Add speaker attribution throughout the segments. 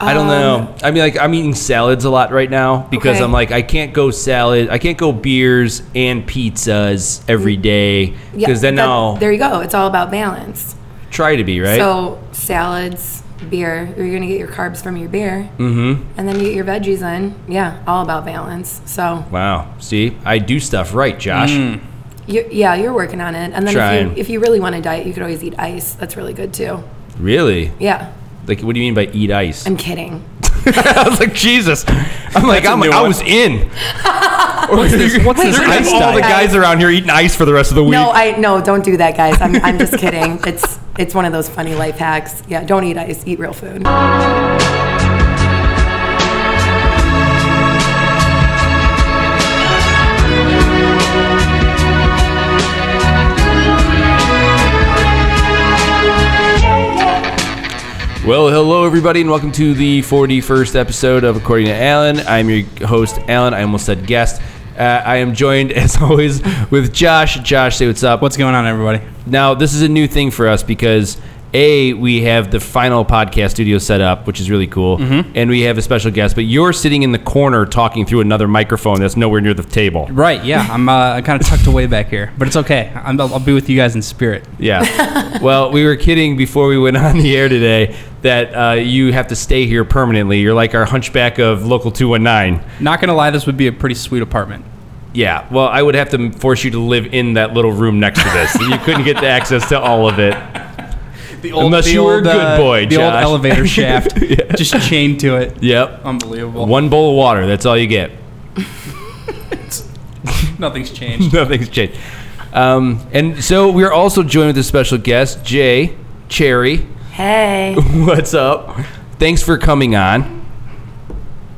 Speaker 1: I don't know. I mean, like I'm eating salads a lot right now because
Speaker 2: Um, Okay.
Speaker 1: I'm like I can't go salad, I can't go beers and pizzas every day because
Speaker 2: Yeah,
Speaker 1: then
Speaker 2: that-
Speaker 1: I'll
Speaker 2: There you go. It's all about balance.
Speaker 1: try to be right.
Speaker 2: So salads, beer. You're gonna get your carbs from your beer, mm-hmm. and then you get your veggies in. Yeah, all about balance. So
Speaker 1: wow, see, I do stuff right, Josh.
Speaker 2: you, yeah, you're working on it. And then if
Speaker 1: Trying.
Speaker 2: you, if you really want to diet, you could always eat ice. That's really good too.
Speaker 1: Really?
Speaker 2: Yeah,
Speaker 1: Like, what do you mean by eat ice?
Speaker 2: I'm kidding.
Speaker 1: I was like, Jesus. I'm like,
Speaker 3: That's a
Speaker 1: I'm,
Speaker 3: new
Speaker 1: I
Speaker 3: one.
Speaker 1: was in. what's
Speaker 3: this- what's this
Speaker 2: ice
Speaker 1: all the
Speaker 2: diet?
Speaker 1: guys around here eating ice for the rest of the week.
Speaker 2: No, I no, don't do that, guys. I'm, I'm just kidding. It's it's one of those funny life hacks. Yeah, don't eat ice. Eat real food.
Speaker 1: Well, hello everybody, and welcome to the 41st episode of According to Alan. I'm your host, Alan. I almost said guest. Uh, I am joined, as always, with Josh. Josh, say what's up.
Speaker 3: What's going on, everybody?
Speaker 1: now? This is a new thing for us because a we have the final podcast studio set up, which is really cool,
Speaker 3: Mm-hmm.
Speaker 1: and we have a special guest. But you're sitting in the corner talking through another microphone that's nowhere near the table.
Speaker 3: Right, yeah, I'm uh, kind of tucked away back here, but it's okay. I'm, I'll, I'll be with you guys in spirit.
Speaker 1: Yeah. well, we were kidding before we went on the air today that uh, you have to stay here permanently. You're like our hunchback of local 219.
Speaker 3: Not gonna lie, this would be a pretty sweet apartment.
Speaker 1: Yeah. Well, I would have to force you to live in that little room next to this. you couldn't get the access to all of it.
Speaker 3: The
Speaker 1: old- Unless the you were a old, good uh, boy,
Speaker 3: the
Speaker 1: Josh.
Speaker 3: old elevator shaft, just chained to it.
Speaker 1: Yep.
Speaker 3: Um, Unbelievable.
Speaker 1: One bowl of water. That's all you get.
Speaker 3: Nothing's changed.
Speaker 1: Nothing's changed. Um, and so we're also joined with a special guest, Jay Cherry.
Speaker 2: Hey,
Speaker 1: What's up? Thanks for coming on.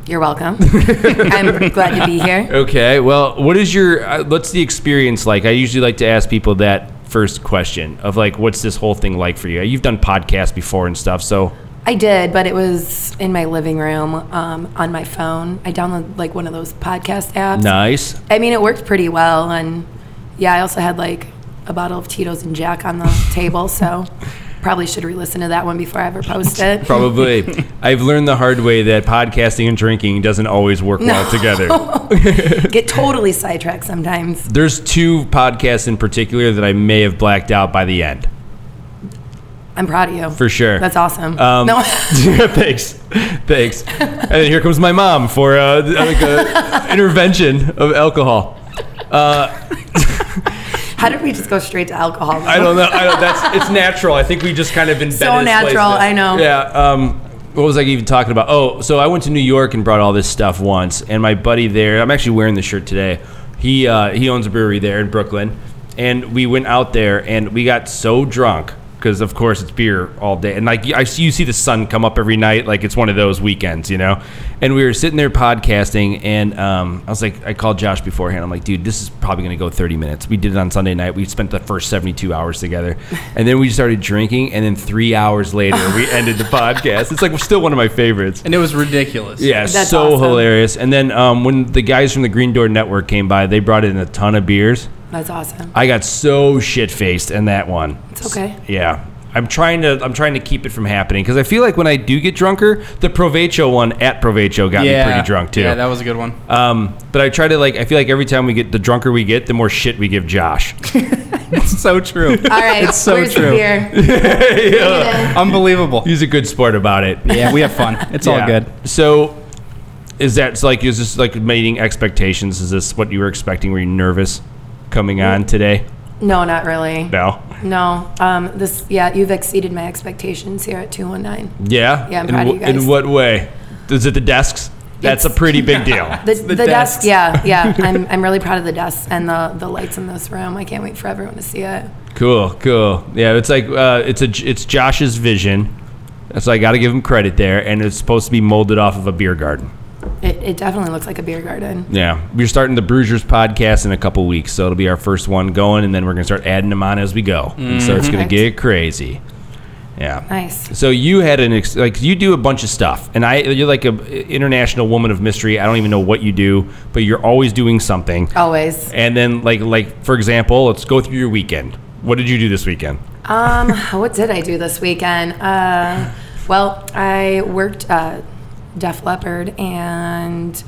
Speaker 2: you're welcome. I'm glad to be here.
Speaker 1: Okay. Well, what is your uh, what's the experience like? I usually like to ask people that first question of like, what's this whole thing like for you? You've done podcasts before and stuff, so
Speaker 2: I did, but it was in my living room um, on my phone. I downloaded like one of those podcast apps.
Speaker 1: nice.
Speaker 2: I mean, it worked pretty well, and yeah, I also had like a bottle of Tito's and Jack on the table, so probably should re-listen to that one before I ever post it.
Speaker 1: Probably. I've learned the hard way that podcasting and drinking doesn't always work well together.
Speaker 2: Get totally sidetracked sometimes.
Speaker 1: There's two podcasts in particular that I may have blacked out by the end.
Speaker 2: I'm proud of you.
Speaker 1: For sure.
Speaker 2: That's awesome.
Speaker 1: Um,
Speaker 2: no,
Speaker 1: thanks, thanks. And then here comes my mom for uh, like a intervention of alcohol.
Speaker 2: how did we just go straight to alcohol?
Speaker 1: I don't know. I don't, that's it's natural. I think we just kind of invented.
Speaker 2: So
Speaker 1: this place
Speaker 2: natural,
Speaker 1: now.
Speaker 2: I know.
Speaker 1: Yeah. Um, what was I even talking about? Oh, so I went to New York and brought all this stuff once, and my buddy there. I'm actually wearing the shirt today. He uh, he owns a brewery there in Brooklyn, and we went out there and we got so drunk because of course it's beer all day, and like I see you see the sun come up every night, like it's one of those weekends, you know. And we were sitting there podcasting, and um, I was like, I called Josh beforehand. I'm like, dude, this is probably gonna go 30 minutes. We did it on Sunday night. We spent the first 72 hours together, and then we started drinking, and then three hours later, we ended the podcast. It's like still one of my favorites.
Speaker 3: And it was ridiculous.
Speaker 1: Yeah,
Speaker 2: That's
Speaker 1: so
Speaker 2: awesome.
Speaker 1: hilarious. And then um, when the guys from the Green Door Network came by, they brought in a ton of beers.
Speaker 2: That's awesome.
Speaker 1: I got so shit faced in that one.
Speaker 2: It's okay.
Speaker 1: Yeah. I'm trying to I'm trying to keep it from happening because I feel like when I do get drunker, the Provecho one at Provecho got me pretty drunk too.
Speaker 3: Yeah, that was a good one.
Speaker 1: um, but I try to like I feel like every time we get the drunker we get, the more shit we give Josh.
Speaker 3: It's so true.
Speaker 2: All right.
Speaker 3: It's so
Speaker 2: where's
Speaker 3: true.
Speaker 2: The beer? Yeah.
Speaker 3: Unbelievable.
Speaker 1: He's a good sport about it.
Speaker 3: Yeah, we have fun. It's all
Speaker 1: Yeah.
Speaker 3: good.
Speaker 1: So is that so, like is this like meeting expectations? Is this what you were expecting? Were you nervous coming on today?
Speaker 2: No, not really.
Speaker 1: No.
Speaker 2: No. Um, this, yeah, you've exceeded my expectations here at 219.
Speaker 1: Yeah.
Speaker 2: Yeah, I'm
Speaker 1: in,
Speaker 2: proud of you
Speaker 1: wh- in
Speaker 2: guys.
Speaker 1: what way? Is it the desks? That's a
Speaker 2: It's-
Speaker 1: pretty big deal.
Speaker 2: The, the, desk.
Speaker 3: desks.
Speaker 2: yeah, yeah. I'm, I'm really proud of the desk and the, the lights in this room. I can't wait for everyone to see it.
Speaker 1: Cool, cool. Yeah, it's like uh, it's a it's Josh's vision, so I got to give him credit there. And it's supposed to be molded off of a beer garden.
Speaker 2: It, it definitely looks like a beer garden.
Speaker 1: Yeah, we're starting the Bruisers podcast in a couple weeks, so it'll be our first one going, and then we're gonna start adding them on as we go. And so it's gonna
Speaker 2: Perfect.
Speaker 1: get crazy. Yeah.
Speaker 2: Mm-hmm. Nice.
Speaker 1: So you had an ex- like you do a bunch of stuff, and I you're like a international woman of mystery. I don't even know what you do, but you're always doing something.
Speaker 2: Always.
Speaker 1: And then like like for example, let's go through your weekend. What did you do this weekend?
Speaker 2: Um, what did I do this weekend? Uh, well, I worked uh, Def Leppard and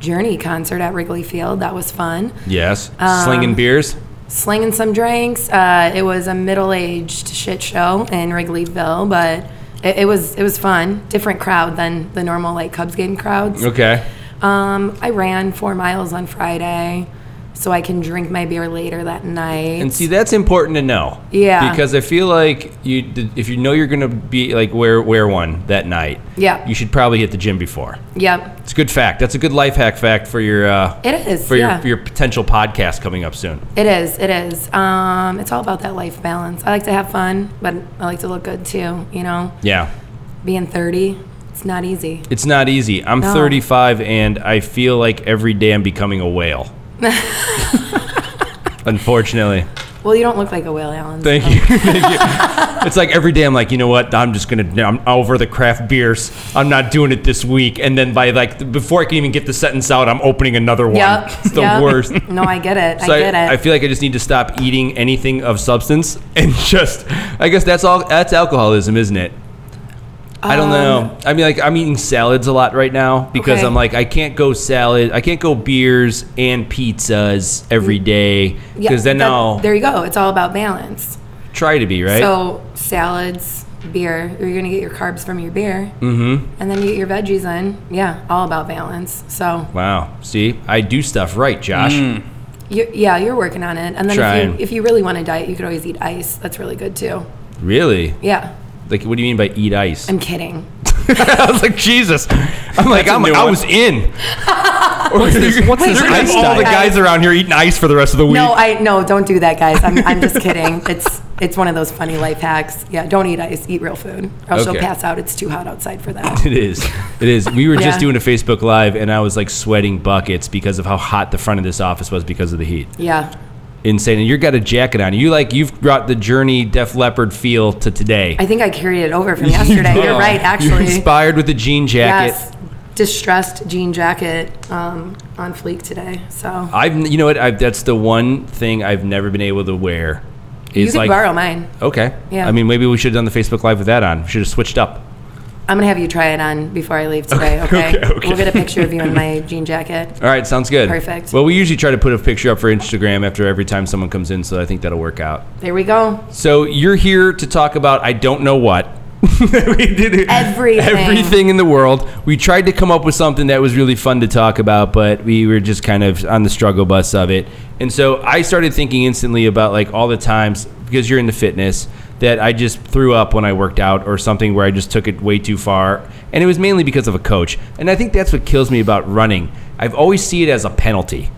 Speaker 2: Journey concert at Wrigley Field. That was fun.
Speaker 1: Yes.
Speaker 2: Um,
Speaker 1: Slinging beers.
Speaker 2: Slinging some drinks. Uh, it was a middle-aged shit show in Wrigleyville, but it, it was it was fun. Different crowd than the normal like Cubs game crowds.
Speaker 1: Okay.
Speaker 2: Um, I ran four miles on Friday, so I can drink my beer later that night.
Speaker 1: And see, that's important to know.
Speaker 2: Yeah.
Speaker 1: Because I feel like you, if you know you're gonna be like wear wear one that night.
Speaker 2: Yeah.
Speaker 1: You should probably hit the gym before.
Speaker 2: yep,
Speaker 1: It's a good fact. That's a good life hack fact for your. Uh,
Speaker 2: It is,
Speaker 1: For
Speaker 2: yeah.
Speaker 1: your your potential podcast coming up soon.
Speaker 2: it is. It is. Um, it's all about that life balance. I like to have fun, but I like to look good too. You know,
Speaker 1: Yeah.
Speaker 2: being thirty, it's not easy.
Speaker 1: It's not easy. I'm
Speaker 2: No.
Speaker 1: 35 and I feel like every day I'm becoming a whale. Unfortunately.
Speaker 2: Well, you don't look like a whale, Alan.
Speaker 1: Thank you. Thank you. It's like every day I'm like, you know what? I'm just gonna. I'm over the craft beers. I'm not doing it this week. And then by like before I can even get the sentence out, I'm opening another one.
Speaker 2: Yep.
Speaker 1: It's the
Speaker 2: yep.
Speaker 1: worst.
Speaker 2: No, I get it.
Speaker 1: So
Speaker 2: I get
Speaker 1: I,
Speaker 2: it.
Speaker 1: feel like I just need to stop eating anything of substance and just. I guess that's all. That's alcoholism, isn't it? I don't know. I mean, like I'm eating salads a lot right now because
Speaker 2: Um, Okay.
Speaker 1: I'm like I can't go salad. I can't go beers and pizzas every day
Speaker 2: Yeah,
Speaker 1: because then
Speaker 2: that-
Speaker 1: I'll
Speaker 2: there you go. It's all about balance.
Speaker 1: try to be right.
Speaker 2: So salads, beer. You're gonna get your carbs from your beer, mm-hmm. and then you get your veggies in. Yeah, all about balance. So
Speaker 1: Wow. See, I do stuff right, Josh.
Speaker 2: you yeah, you're working on it. And then if
Speaker 1: Trying.
Speaker 2: you, if you really want to diet, you could always eat ice. That's really good too.
Speaker 1: Really?
Speaker 2: Yeah,
Speaker 1: Like, what do you mean by eat ice?
Speaker 2: I'm kidding.
Speaker 1: I was like, Jesus. I'm like,
Speaker 3: That's a
Speaker 1: I'm,
Speaker 3: new
Speaker 1: I
Speaker 3: one.
Speaker 1: was in. what's
Speaker 3: this- what's
Speaker 2: this ice
Speaker 1: all
Speaker 2: diet?
Speaker 1: the guys around here eating ice for the rest of the week.
Speaker 2: No, I no, don't do that, guys. I'm, I'm just kidding. It's it's one of those funny life hacks. Yeah, don't eat ice. Eat real food, or else
Speaker 1: Okay.
Speaker 2: you'll pass out. It's too hot outside for that.
Speaker 1: It is. It is. We were just
Speaker 2: Yeah.
Speaker 1: doing a Facebook Live, and I was like sweating buckets because of how hot the front of this office was because of the heat.
Speaker 2: Yeah,
Speaker 1: Insane. And you got a jacket on. You like you've brought the Journey Def Leopard feel to today.
Speaker 2: I think I carried it over from yesterday.
Speaker 1: did.
Speaker 2: You're right,
Speaker 1: You're
Speaker 2: actually.
Speaker 1: inspired with the jean jacket.
Speaker 2: Yes, distressed jean jacket um, on fleek today. So
Speaker 1: I've you know what? I've, that's the one thing I've never been able to wear.
Speaker 2: you
Speaker 1: Is
Speaker 2: can
Speaker 1: like
Speaker 2: borrow mine.
Speaker 1: Okay.
Speaker 2: Yeah.
Speaker 1: I mean, maybe we should have done the Facebook Live with that on. We should have switched up.
Speaker 2: I'm gonna have you try it on before I leave today. Okay.
Speaker 1: okay, okay.
Speaker 2: We'll get a picture of you in my jean jacket.
Speaker 1: All right, sounds good.
Speaker 2: Perfect.
Speaker 1: Well, we usually try to put a picture up for Instagram after every time someone comes in, so I think that'll work out.
Speaker 2: There we go.
Speaker 1: So you're here to talk about I don't know what. we did it-
Speaker 2: Everything.
Speaker 1: Everything in the world. We tried to come up with something that was really fun to talk about, but we were just kind of on the struggle bus of it. And so I started thinking instantly about like all the times because you're into fitness that I just threw up when I worked out or something where I just took it way too far. And it was mainly because of a coach. And I think that's what kills me about running. I've always see it as a penalty.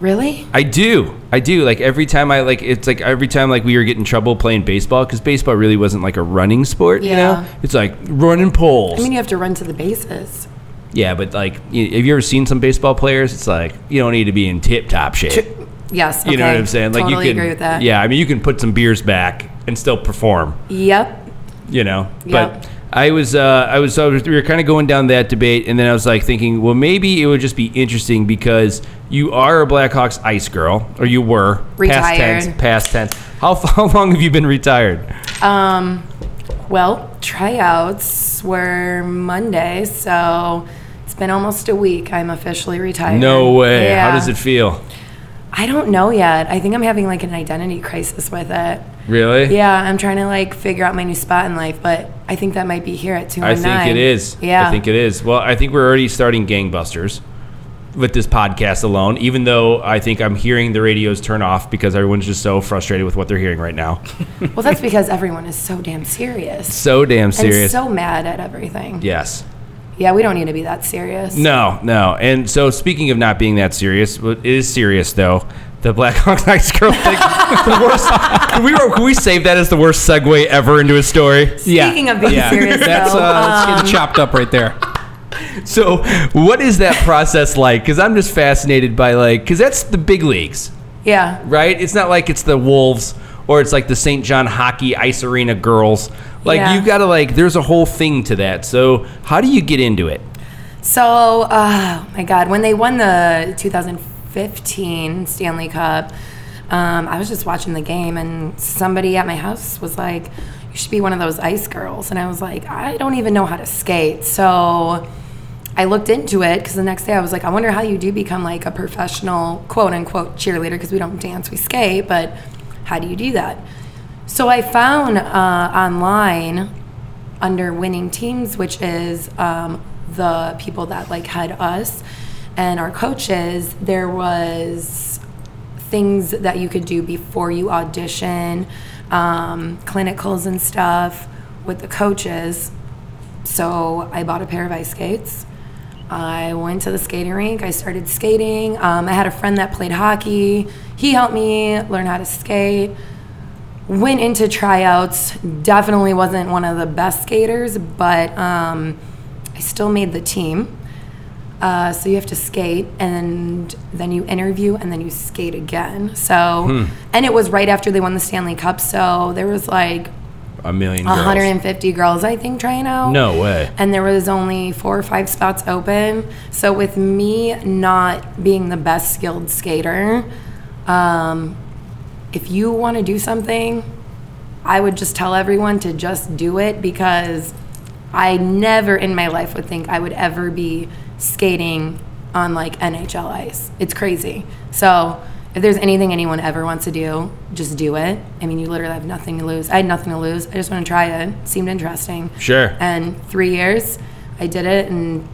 Speaker 2: Really?
Speaker 1: I do. I do. Like every time I like it's like every time like we were getting in trouble playing baseball cuz baseball really wasn't like a running sport, you
Speaker 2: Yeah.
Speaker 1: know? It's like running poles.
Speaker 2: I mean, you have to run to the bases.
Speaker 1: yeah, but like you, have you ever seen some baseball players? It's like you don't need to be in tip-top shape.
Speaker 2: Yes.
Speaker 1: you know
Speaker 2: okay.
Speaker 1: what I'm saying? Like
Speaker 2: totally
Speaker 1: you can
Speaker 2: agree with that.
Speaker 1: Yeah, I mean you can put some beers back and still perform,
Speaker 2: Yep.
Speaker 1: you know?
Speaker 2: Yep.
Speaker 1: But I was, uh, I was, so I was, we were kind of going down that debate, and then I was like thinking, well, maybe it would just be interesting because you are a Blackhawks ice girl, or you were
Speaker 2: Retired.
Speaker 1: Past tense, past tense. How f- how long have you been retired?
Speaker 2: Um, well, tryouts were Monday, so it's been almost a week. I'm officially retired.
Speaker 1: No way.
Speaker 2: Yeah.
Speaker 1: How does it feel?
Speaker 2: I don't know yet. I think I'm having like an identity crisis with it.
Speaker 1: Really?
Speaker 2: Yeah, I'm trying to like figure out my new spot in life, but I think that might be here at 2
Speaker 1: I think it is.
Speaker 2: Yeah.
Speaker 1: I think it is. Well, I think we're already starting gangbusters with this podcast alone, even though I think I'm hearing the radios turn off because everyone's just so frustrated with what they're hearing right now.
Speaker 2: Well, that's because everyone is so damn serious.
Speaker 1: So damn
Speaker 2: And
Speaker 1: serious.
Speaker 2: so mad at everything.
Speaker 1: yes.
Speaker 2: Yeah, we don't need to be that serious.
Speaker 1: No, no. And so, speaking of not being that serious, what is serious though. The Blackhawks Ice Girl thing. the worst. Can we, can we save that as the worst segue ever into a story?
Speaker 2: Speaking of being serious,
Speaker 3: that's
Speaker 2: though,
Speaker 3: uh, that's
Speaker 2: um,
Speaker 3: getting chopped up right there.
Speaker 1: So, what is that process like? Because I'm just fascinated by like, because that's the big leagues,
Speaker 2: yeah.
Speaker 1: right? It's not like it's the Wolves or it's like the St. John Hockey Ice Arena girls. Like,
Speaker 2: Yeah.
Speaker 1: you gotta like, there's a whole thing to that. So, how do you get into it?
Speaker 2: So, oh my God, when they won the 2015 Stanley Cup, um, I was just watching the game and somebody at my house was like, you should be one of those ice girls. And I was like, I don't even know how to skate. So I looked into it because the next day I was like, I wonder how you do become like a professional quote unquote cheerleader because we don't dance, we skate, but how do you do that? So I found uh, online under winning teams, which is um, the people that like had us and our coaches, there was things that you could do before you audition, um, clinicals and stuff with the coaches. So I bought a pair of ice skates. I went to the skating rink. I started skating. Um, I had a friend that played hockey. He helped me learn how to skate. Went into tryouts. Definitely wasn't one of the best skaters, but um, I still made the team. Uh, so you have to skate and then you interview and then you skate again. So,
Speaker 1: Hmm.
Speaker 2: and it was right after they won the Stanley Cup. So there was like
Speaker 1: A million girls.
Speaker 2: 150 girls, I think, trying out.
Speaker 1: No way.
Speaker 2: And there was only four or five spots open. So with me not being the best skilled skater, um, if you want to do something, I would just tell everyone to just do it because I never in my life would think I would ever be skating on like NHL ice. It's crazy. So if there's anything anyone ever wants to do, just do it. I mean, you literally have nothing to lose. I had nothing to lose. I just want to try it. Seemed interesting.
Speaker 1: Sure.
Speaker 2: And three years, I did it, and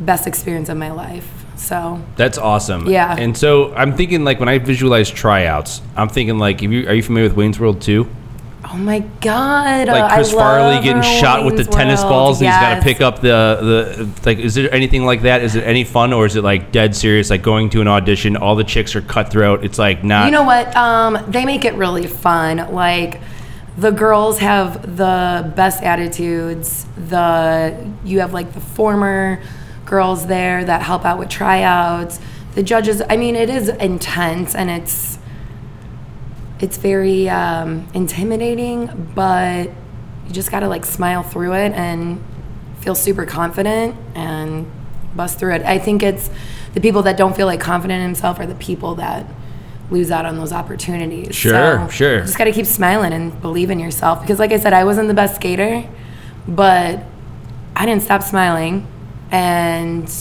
Speaker 2: best experience of my life. So
Speaker 1: That's awesome.
Speaker 2: Yeah.
Speaker 1: And so I'm thinking like when I visualize tryouts, I'm thinking like, if you, are you familiar with Wayne's World 2?
Speaker 2: Oh my God!
Speaker 1: Like
Speaker 2: Uh, I
Speaker 1: Chris Farley
Speaker 2: love
Speaker 1: getting
Speaker 2: Erwin
Speaker 1: shot with the
Speaker 2: Wayne's
Speaker 1: tennis
Speaker 2: World.
Speaker 1: balls and he's got to
Speaker 2: Yes.
Speaker 1: pick up the, the, like, is there anything like that? Is it any fun or is it like dead serious? Like going to an audition, all the chicks are cutthroat. It's like not.
Speaker 2: You know what? Um, they make it really fun. Like the girls have the best attitudes. The you have like the former girls there that help out with tryouts. The judges. I mean, it is intense and it's it's very um, intimidating, but you just gotta like smile through it and feel super confident and bust through it. I think it's the people that don't feel like confident in themselves are the people that lose out on those opportunities.
Speaker 1: Sure,
Speaker 2: So,
Speaker 1: sure.
Speaker 2: Just gotta keep smiling and believe in yourself because, like I said, I wasn't the best skater, but I didn't stop smiling, and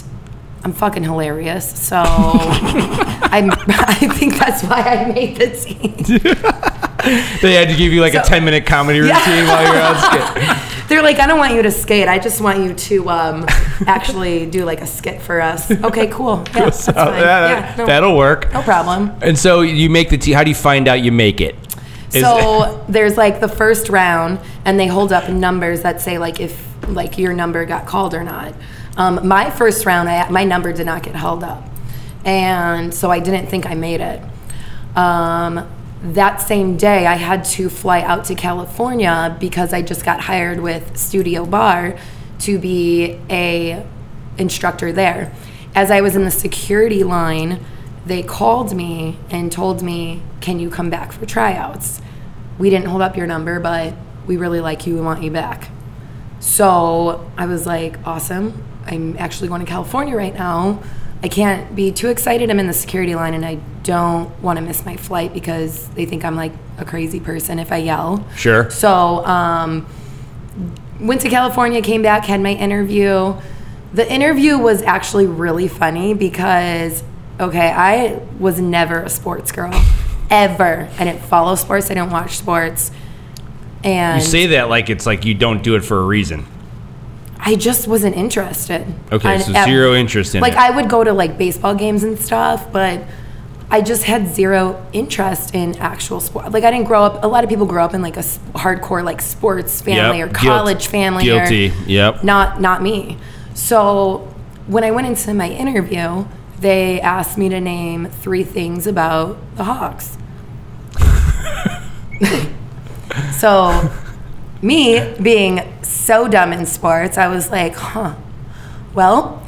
Speaker 2: I'm fucking hilarious. So I'm, I think that's why I made the team.
Speaker 1: they had to give you like a
Speaker 2: So-
Speaker 1: 10 minute comedy routine while you're on skate.
Speaker 2: They're like, I don't want you to skate. I just want you to um, actually do like a skit for us. Okay, cool. Yeah, that's
Speaker 1: So,
Speaker 2: fine.
Speaker 1: yeah,
Speaker 2: Yeah, no,
Speaker 1: That'll work.
Speaker 2: no problem.
Speaker 1: And so you make the team. How do you find out you make it? Is-
Speaker 2: So there's like the first round, and they hold up numbers that say like if like your number got called or not. Um, my first round, I, my number did not get held up, and so I didn't think I made it. Um, that same day, I had to fly out to California because I just got hired with Studio Bar to be a instructor there. As I was in the security line, they called me and told me, Can you come back for tryouts? We didn't hold up your number, but we really like you. We want you back. So I was like, Awesome. I'm actually going to California right now. I can't be too excited. I'm in the security line and I don't want to miss my flight because they think I'm like a crazy person if I yell.
Speaker 1: Sure.
Speaker 2: So, um, went to California, came back, had my interview. The interview was actually really funny because, okay, I was never a sports girl, ever. I didn't follow sports, I didn't watch sports. And
Speaker 1: You say that like it's like you don't do it for a reason.
Speaker 2: I just wasn't interested.
Speaker 1: Okay,
Speaker 2: I-
Speaker 1: so zero interest in
Speaker 2: like
Speaker 1: it.
Speaker 2: I would go to like baseball games and stuff, but I just had zero interest in actual sport. Like I didn't grow up. A lot of people grow up in like a s- hardcore like sports family
Speaker 1: Yep,
Speaker 2: or
Speaker 1: guilt-
Speaker 2: college family. or-
Speaker 1: guilty, yep.
Speaker 2: Not not me. So when I went into my interview, they asked me to name three things about the Hawks. So, me being so dumb in sports, I was like, huh, well,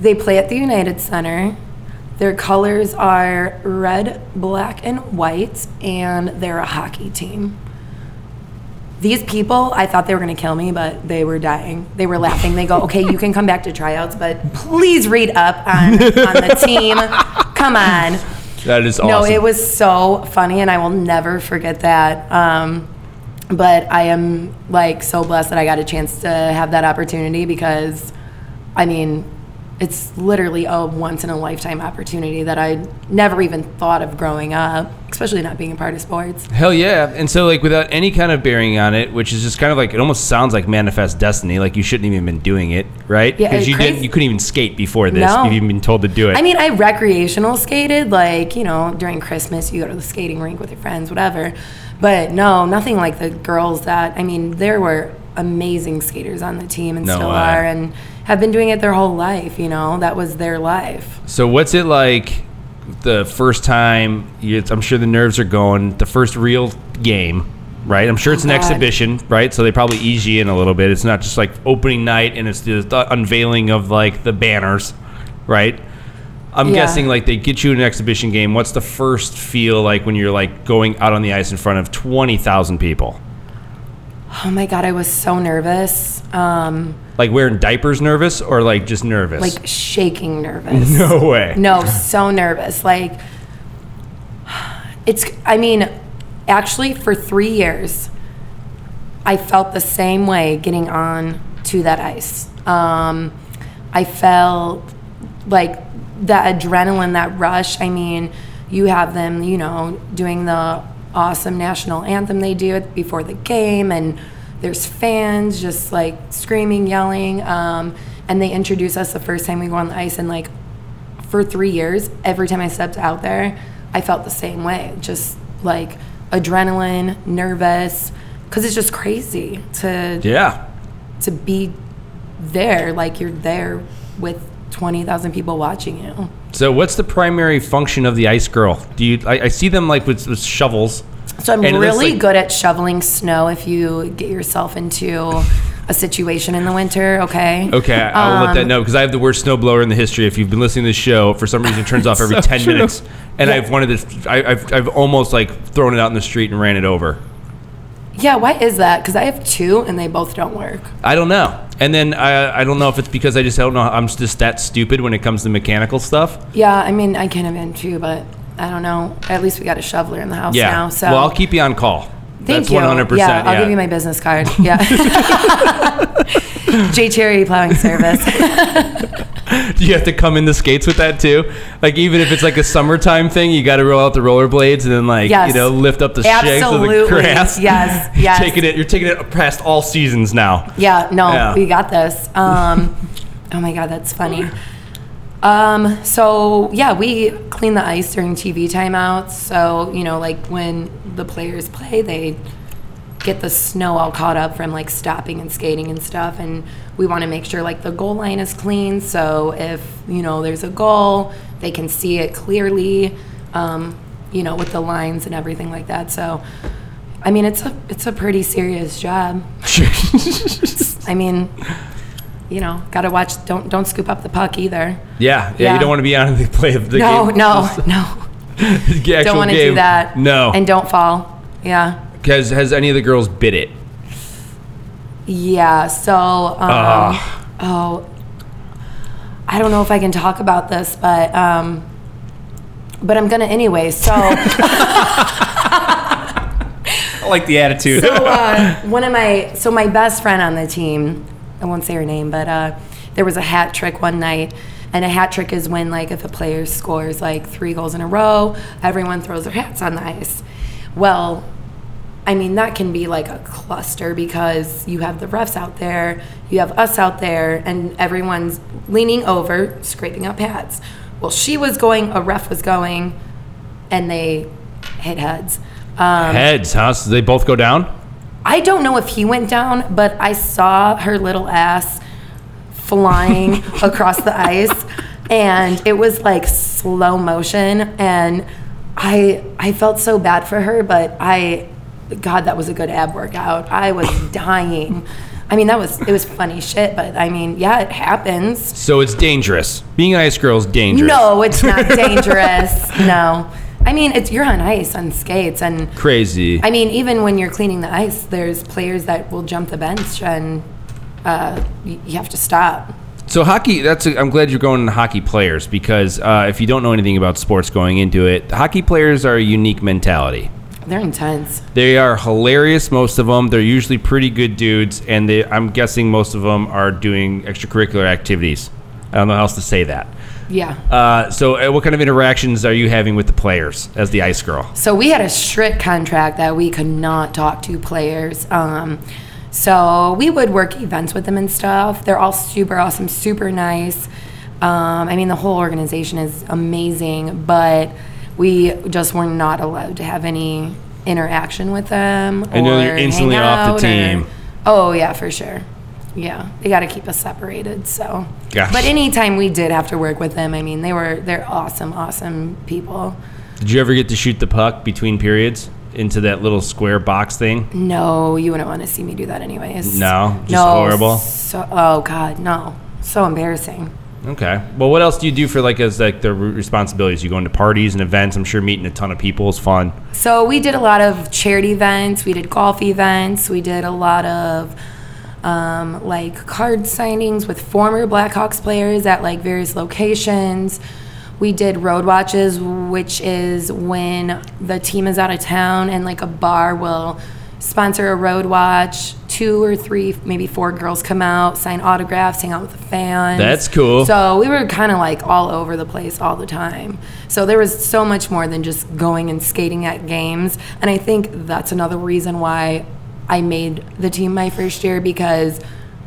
Speaker 2: they play at the United Center. Their colors are red, black, and white, and they're a hockey team. These people, I thought they were going to kill me, but they were dying. They were laughing. They go, okay, you can come back to tryouts, but please read up on, on the team. Come on.
Speaker 1: That is awesome.
Speaker 2: No, it was so funny, and I will never forget that. Um, but I am like so blessed that I got a chance to have that opportunity because I mean, it's literally a once in a lifetime opportunity that I never even thought of growing up, especially not being a part of sports.
Speaker 1: Hell yeah. And so, like, without any kind of bearing on it, which is just kind of like, it almost sounds like manifest destiny. Like, you shouldn't even been doing it, right?
Speaker 2: Yeah,
Speaker 1: Because
Speaker 2: it
Speaker 1: you,
Speaker 2: crazy-
Speaker 1: didn't, you couldn't even skate before this.
Speaker 2: No.
Speaker 1: You've even been told to do it.
Speaker 2: I mean, I recreational skated, like, you know, during Christmas, you go to the skating rink with your friends, whatever. But no, nothing like the girls that, I mean, there were amazing skaters on the team and
Speaker 1: No
Speaker 2: still
Speaker 1: way.
Speaker 2: are and have been doing it their whole life, you know, that was their life.
Speaker 1: so, what's it like the first time? You, I'm sure the nerves are going. The first real game, right? I'm sure it's an
Speaker 2: Oh, God.
Speaker 1: exhibition, right? So, they probably ease you in a little bit. It's not just like opening night and it's the unveiling of like the banners, right? I'm
Speaker 2: Yeah.
Speaker 1: guessing like they get you an exhibition game. What's the first feel like when you're like going out on the ice in front of twenty thousand people?
Speaker 2: Oh my God, I was so nervous. Um,
Speaker 1: Like wearing diapers, nervous or like just nervous?
Speaker 2: like shaking nervous.
Speaker 1: no way.
Speaker 2: No, so nervous. Like, it's, I mean, actually, for three years, I felt the same way getting on to that ice. Um, I felt like that adrenaline, that rush. I mean, you have them, you know, doing the awesome national anthem they do it before the game, and there's fans just like screaming, yelling. Um, and they introduce us the first time we go on the ice, and like for three years, every time I stepped out there, I felt the same way. Just like adrenaline, nervous, because it's just crazy to
Speaker 1: Yeah.
Speaker 2: to be there. Like you're there with twenty thousand people watching you.
Speaker 1: So what's the primary function of the ice girl? Do you? I, I see them like with, with shovels.
Speaker 2: So I'm
Speaker 1: And it looks
Speaker 2: really
Speaker 1: like-
Speaker 2: good at shoveling snow. If you get yourself into a situation in the winter, okay.
Speaker 1: Okay, I'll let
Speaker 2: Um,
Speaker 1: that know because I have the worst snowblower in the history. If you've been listening to this show, for some reason it turns off every
Speaker 3: So
Speaker 1: ten
Speaker 3: true.
Speaker 1: minutes, and I've wanted to. I, I've I've almost like thrown it out in the street and ran it over.
Speaker 2: Yeah, why is that? Because I have two and they both don't work.
Speaker 1: I don't know. And then I, I don't know if it's because I just don't know. I'm just that stupid when it comes to mechanical stuff.
Speaker 2: Yeah, I mean I can have been two, but I don't know. At least we got a shoveler in the house
Speaker 1: Yeah.
Speaker 2: now. So
Speaker 1: Well, I'll keep you on call.
Speaker 2: Thank
Speaker 1: That's
Speaker 2: you.
Speaker 1: 100%.
Speaker 2: Yeah, I'll give you my business card. Yeah. J Cherry Plowing Service.
Speaker 1: Do you have to come in the skates with that too? Like even if it's like a summertime thing, you got to roll out the rollerblades and then like
Speaker 2: Yes.
Speaker 1: you know lift up the shags of the
Speaker 2: Absolutely.
Speaker 1: grass.
Speaker 2: Yes,
Speaker 1: You're
Speaker 2: yes.
Speaker 1: Taking it, you're taking it past all seasons now.
Speaker 2: Yeah, no,
Speaker 1: Yeah.
Speaker 2: we got this. Um, oh my God, that's funny. Um, so yeah, we clean the ice during TV timeouts. So you know, like when the players play, they get the snow all caught up from like stopping and skating and stuff. And we want to make sure like the goal line is clean. So if you know there's a goal, they can see it clearly. Um, you know, with the lines and everything like that. So, I mean, it's a it's a pretty serious job. I mean, you know, gotta watch. Don't don't scoop up the puck either.
Speaker 1: Yeah, yeah, You
Speaker 2: Yeah.
Speaker 1: don't want to be out of the play of the
Speaker 2: No,
Speaker 1: game.
Speaker 2: no, no.
Speaker 1: the actual
Speaker 2: Don't want to
Speaker 1: game.
Speaker 2: do that.
Speaker 1: No,
Speaker 2: And don't fall. Yeah,
Speaker 1: has has any of the girls bit it?
Speaker 2: yeah. So, um,
Speaker 1: Ah.
Speaker 2: oh, I don't know if I can talk about this, but um, but I'm gonna anyway. So.
Speaker 3: I like the attitude.
Speaker 2: so uh, one of my so my best friend on the team i won't say her name but uh, there was a hat trick one night and a hat trick is when like if a player scores like three goals in a row everyone throws their hats on the ice well I mean, that can be like a cluster because you have the refs out there, you have us out there, and everyone's leaning over, scraping up hats. Well, she was going, a ref was going, and they hit heads. Um,
Speaker 1: Heads, huh? So they both go down.
Speaker 2: I don't know if he went down, but I saw her little ass flying across the ice and it was like slow motion and I I felt so bad for her, but I god that was a good ab workout. I was dying. I mean, that was it was funny shit, but I mean, yeah, it happens.
Speaker 1: So it's dangerous. Being an ice girl is dangerous.
Speaker 2: No, it's not dangerous. No. I mean, it's you're on ice on skates and
Speaker 1: Crazy.
Speaker 2: I mean, even when you're cleaning the ice, there's players that will jump the bench and uh, y- you have to stop.
Speaker 1: So hockey. That's. A, I'm glad you're going to hockey players because uh, if you don't know anything about sports going into it, hockey players are a unique mentality.
Speaker 2: They're intense.
Speaker 1: They are hilarious, most of them. They're usually pretty good dudes, and they, I'm guessing most of them are doing extracurricular activities. I don't know how else to say that.
Speaker 2: Yeah.
Speaker 1: Uh, so, uh, what kind of interactions are you having with the players as the ice girl?
Speaker 2: So we had a strict contract that we could not talk to players. Um, so we would work events with them and stuff. They're all super awesome, super nice. Um, I mean, the whole organization is amazing, but we just were not allowed to have any interaction with them.
Speaker 1: I know you're
Speaker 2: or
Speaker 1: instantly
Speaker 2: hang
Speaker 1: off the
Speaker 2: out or-
Speaker 1: team.
Speaker 2: oh yeah, for sure. Yeah, they got to keep us separated. So,
Speaker 1: Gosh.
Speaker 2: but anytime we did have to work with them, I mean, they were they're awesome, awesome people.
Speaker 1: Did you ever get to shoot the puck between periods into that little square box thing?
Speaker 2: No, you wouldn't want to see me do that anyways.
Speaker 1: No? Just horrible?
Speaker 2: So, oh God, no. So embarrassing.
Speaker 1: Okay. Well, what else do you do for like as like the re- responsibilities? You go into parties and events. I'm sure meeting a ton of people is fun.
Speaker 2: So we did a lot of charity events. We did golf events. We did a lot of um, like card signings with former Blackhawks players at like various locations. We did road watches, which is when the team is out of town and like a bar will sponsor a road watch. Two or three, maybe four girls come out, sign autographs, hang out with the fans.
Speaker 1: That's cool.
Speaker 2: So we were kind of like all over the place all the time. So there was so much more than just going and skating at games. And I think that's another reason why I made the team my first year because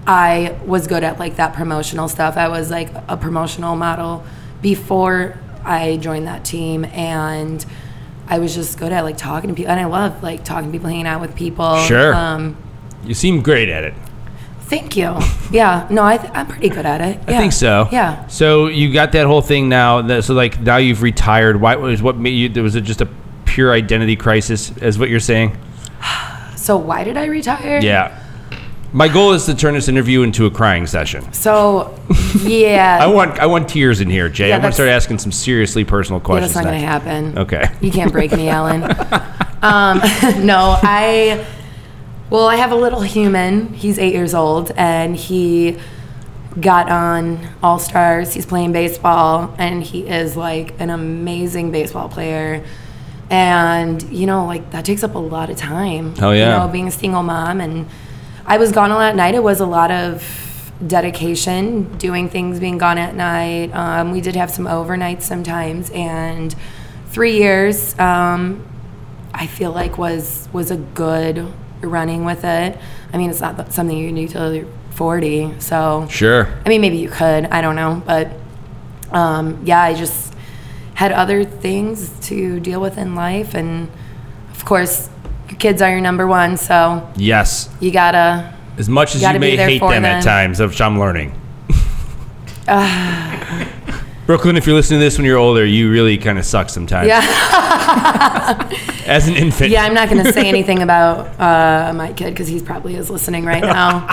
Speaker 2: I was good at like that promotional stuff. I was like a promotional model before I joined that team and I was just good at like talking to people and I love like talking to people, hanging out with people.
Speaker 1: Sure.
Speaker 2: Um,
Speaker 1: You seem great at it.
Speaker 2: thank you. Yeah. No, I th- I'm pretty good at it.
Speaker 1: I
Speaker 2: Yeah.
Speaker 1: think so.
Speaker 2: Yeah.
Speaker 1: So you got that whole thing now. That, so like now you've retired. Why was what made you? There was it just a pure identity crisis, is what you're saying?
Speaker 2: So why did I retire?
Speaker 1: Yeah. My goal is to turn this interview into a crying session.
Speaker 2: So
Speaker 1: I
Speaker 2: yeah,
Speaker 1: want I want tears in here, Jay.
Speaker 2: Yeah,
Speaker 1: I want
Speaker 2: that's-
Speaker 1: to start asking some seriously personal
Speaker 2: yeah,
Speaker 1: questions.
Speaker 2: that's not going to
Speaker 1: next.
Speaker 2: happen.
Speaker 1: Okay.
Speaker 2: You can't break me, Alan. Um, no, I. Well, I have a little human. He's eight years old, and he got on All Stars. He's playing baseball, and he is like an amazing baseball player. And you know, like that takes up a lot of time.
Speaker 1: Hell yeah.
Speaker 2: You know, being a single mom, and I was gone a lot at night. It was a lot of dedication, doing things, being gone at night. Um, we did have some overnights sometimes, and three years. Um, I feel like was was a good running with it. I mean, it's not th- something you do till you're 40. So
Speaker 1: Sure.
Speaker 2: I mean, maybe you could. I don't know, but um, yeah, I just had other things to deal with in life, and of course, your kids are your number one. So
Speaker 1: Yes.
Speaker 2: you gotta
Speaker 1: As much as you,
Speaker 2: Gotta be
Speaker 1: may
Speaker 2: there
Speaker 1: hate
Speaker 2: for
Speaker 1: them
Speaker 2: them.
Speaker 1: at times, which I'm learning. Brooklyn, if you're listening to this when you're older, you really kind of suck sometimes.
Speaker 2: yeah
Speaker 1: As an infant.
Speaker 2: yeah. I'm not gonna say anything about uh, my kid because he's probably is listening right now.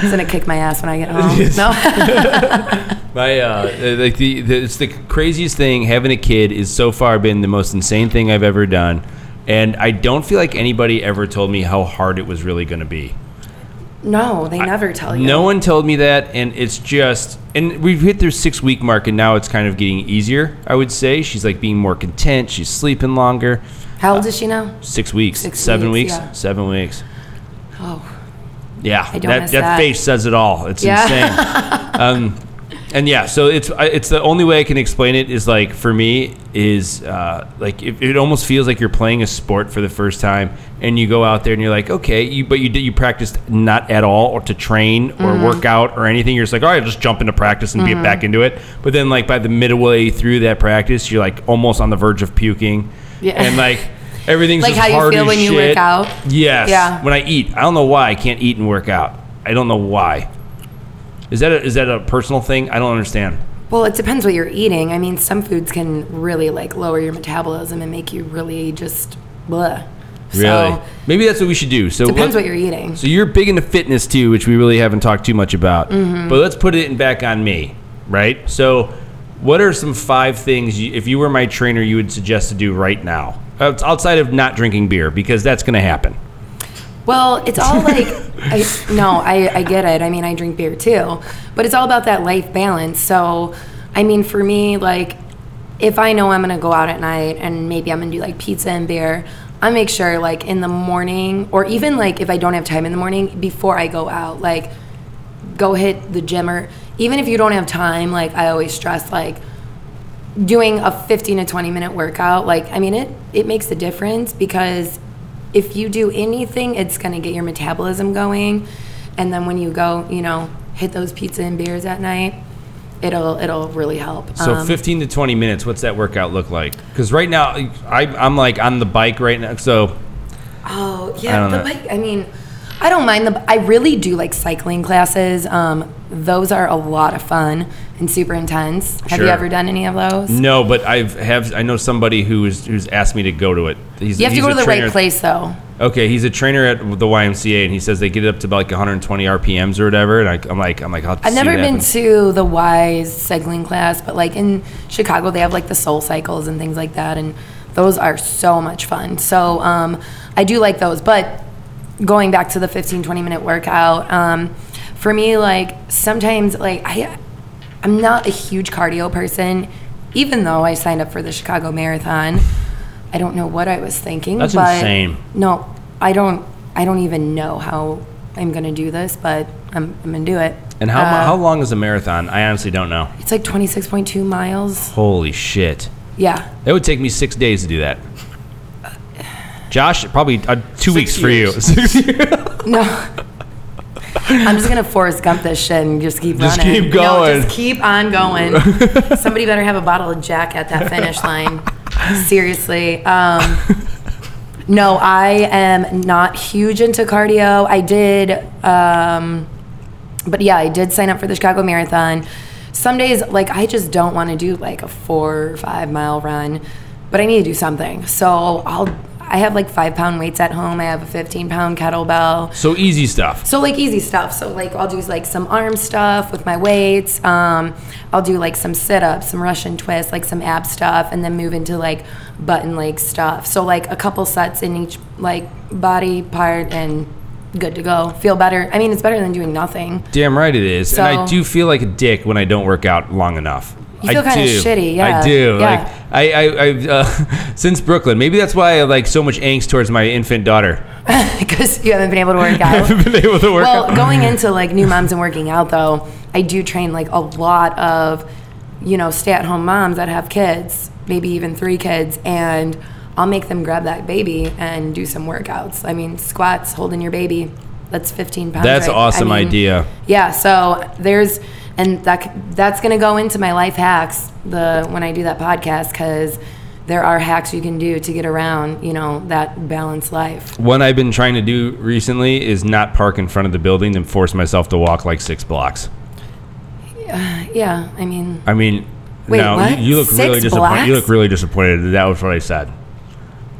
Speaker 2: He's gonna kick my ass when I get home.
Speaker 1: Yes.
Speaker 2: No.
Speaker 1: My uh, uh, like the, the it's the craziest thing. Having a kid is so far been the most insane thing I've ever done, and I don't feel like anybody ever told me how hard it was really going to be.
Speaker 2: No, they never tell you.
Speaker 1: No one told me that, and it's just, and we've hit their six week mark, and now it's kind of getting easier. I would say she's like being more content. She's sleeping longer.
Speaker 2: How old is she now?
Speaker 1: Six weeks,
Speaker 2: Six
Speaker 1: seven
Speaker 2: weeks,
Speaker 1: weeks,
Speaker 2: yeah.
Speaker 1: seven weeks.
Speaker 2: Oh.
Speaker 1: Yeah,
Speaker 2: I don't
Speaker 1: that,
Speaker 2: miss
Speaker 1: that
Speaker 2: that.
Speaker 1: face says it all. It's
Speaker 2: Yeah.
Speaker 1: insane. um, and yeah, so it's I- it's the only way I can explain it is like for me is uh, like it, it almost feels like you're playing a sport for the first time, and you go out there and you're like, okay, you but you did you practiced not at all or to train or
Speaker 2: Mm-hmm.
Speaker 1: work out or anything. You're just like, all right, I'll just jump into practice and get back into it. But then like by the midway through that practice, you're like almost on the verge of puking,
Speaker 2: Yeah.
Speaker 1: and like. Everything's
Speaker 2: Like
Speaker 1: just
Speaker 2: how you
Speaker 1: hard
Speaker 2: feel
Speaker 1: as
Speaker 2: when you work
Speaker 1: shit.
Speaker 2: out?
Speaker 1: Yes.
Speaker 2: Yeah.
Speaker 1: When I eat, I don't know why I can't eat and work out. I don't know why. Is that a, is that a personal thing? I don't understand.
Speaker 2: Well, it depends what you're eating. I mean, some foods can really like lower your metabolism and make you really just blah. So,
Speaker 1: Maybe that's what we should do. So
Speaker 2: depends
Speaker 1: let-
Speaker 2: what you're eating.
Speaker 1: So you're big into fitness too, which we really haven't talked too much about.
Speaker 2: Mm-hmm.
Speaker 1: But let's put it in back on me, right? So, what are some five things you, if you were my trainer you would suggest to do right now, Outs- outside of not drinking beer because that's going to happen.
Speaker 2: Well, it's all like, I, no, I, I get it. I mean, I drink beer too, but it's all about that life balance. So, I mean, for me, like, if I know I'm gonna go out at night and maybe I'm gonna do like pizza and beer, I make sure like in the morning or even like if I don't have time in the morning before I go out, like go hit the gym or even if you don't have time, like I always stress like doing a 15 to 20 minute workout, like I mean it it makes a difference because if you do anything, it's going to get your metabolism going and then when you go, you know, hit those pizza and beers at night, it'll it'll really help.
Speaker 1: So
Speaker 2: Um,
Speaker 1: 15 to 20 minutes. What's that workout look like? Because right now, I, I'm like on the bike right now. So
Speaker 2: Oh
Speaker 1: I
Speaker 2: yeah,
Speaker 1: don't
Speaker 2: the
Speaker 1: know.
Speaker 2: bike. I mean, I don't mind the. I really do like cycling classes. Um, those are a lot of fun and super intense. Have you
Speaker 1: Sure.
Speaker 2: ever done any of those?
Speaker 1: no, but I've have I know somebody who's who's asked me to go to it. He's,
Speaker 2: You have to
Speaker 1: he's
Speaker 2: go
Speaker 1: a
Speaker 2: to the
Speaker 1: trainer-
Speaker 2: right place though.
Speaker 1: Okay, he's a trainer at the YMCA, and he says they get it up to about like 120 RPMs or whatever. And I, I'm like, I'm like, I'll
Speaker 2: I've
Speaker 1: see
Speaker 2: never
Speaker 1: what
Speaker 2: been
Speaker 1: happens.
Speaker 2: to the Wise cycling class, but like in Chicago, they have like the Soul Cycles and things like that, and those are so much fun. So um, I do like those. But going back to the 15, 20 minute workout, um, for me, like sometimes, like I, I'm not a huge cardio person, even though I signed up for the Chicago Marathon. I don't know what I was thinking.
Speaker 1: That's
Speaker 2: but
Speaker 1: insane.
Speaker 2: No, I don't. I don't even know how I'm gonna do this, but I'm, I'm gonna do it.
Speaker 1: And how mu-
Speaker 2: Uh,
Speaker 1: how long is a marathon? I honestly don't know.
Speaker 2: it's like 26.2 miles.
Speaker 1: Holy shit!
Speaker 2: Yeah.
Speaker 1: That would take me six days to do that.
Speaker 2: Uh,
Speaker 1: Josh, probably uh, two weeks for you. Six years.
Speaker 2: No. I'm just gonna force Gump this shit and just keep
Speaker 1: Just
Speaker 2: running.
Speaker 1: keep
Speaker 2: No,
Speaker 1: going.
Speaker 2: just keep on going. Somebody better have a bottle of Jack at that finish line. Seriously. Um, no, I am not huge into cardio. I did, um, but yeah, I did sign up for the Chicago Marathon. Some days, like I just don't want to do like a four or five mile run, but I need to do something. So I'll. I have like five pound weights at home. I have a 15 pound kettlebell.
Speaker 1: So easy stuff.
Speaker 2: So like easy stuff. So like I'll do like some arm stuff with my weights. Um, I'll do like some sit ups, some Russian twists, like some ab stuff, and then move into like button leg stuff. So like a couple sets in each like body part and good to go. Feel better. I mean, it's better than doing nothing.
Speaker 1: Damn right it is. and I
Speaker 2: So-
Speaker 1: do feel like a dick when I don't work out long enough.
Speaker 2: You feel
Speaker 1: I
Speaker 2: kinda
Speaker 1: do.
Speaker 2: shitty,
Speaker 1: I
Speaker 2: yeah,
Speaker 1: do.
Speaker 2: yeah.
Speaker 1: Like I, I, I uh, since Brooklyn, maybe that's why I have like so much angst towards my infant daughter.
Speaker 2: because you haven't been able to work
Speaker 1: I
Speaker 2: out.
Speaker 1: haven't been able to work
Speaker 2: well,
Speaker 1: out.
Speaker 2: going into like new moms and working out though, I do train like a lot of, you know, stay-at-home moms that have kids, maybe even three kids, and I'll make them grab that baby and do some workouts. I mean, squats, holding your baby, that's 15 pounds.
Speaker 1: That's
Speaker 2: right? I
Speaker 1: awesome
Speaker 2: mean,
Speaker 1: idea.
Speaker 2: Yeah, so there's and that c- that's going to go into my life hacks the when I do that podcast cuz there are hacks you can do to get around, you know, that balanced life.
Speaker 1: One I've been trying to do recently is not park in front of the building and force myself to walk like six blocks.
Speaker 2: Yeah, I mean
Speaker 1: I mean,
Speaker 2: Wait,
Speaker 1: no, you-
Speaker 2: what?
Speaker 1: you look
Speaker 2: Six
Speaker 1: really disappointed.
Speaker 2: blocks?
Speaker 1: You look really disappointed. that That was what I said.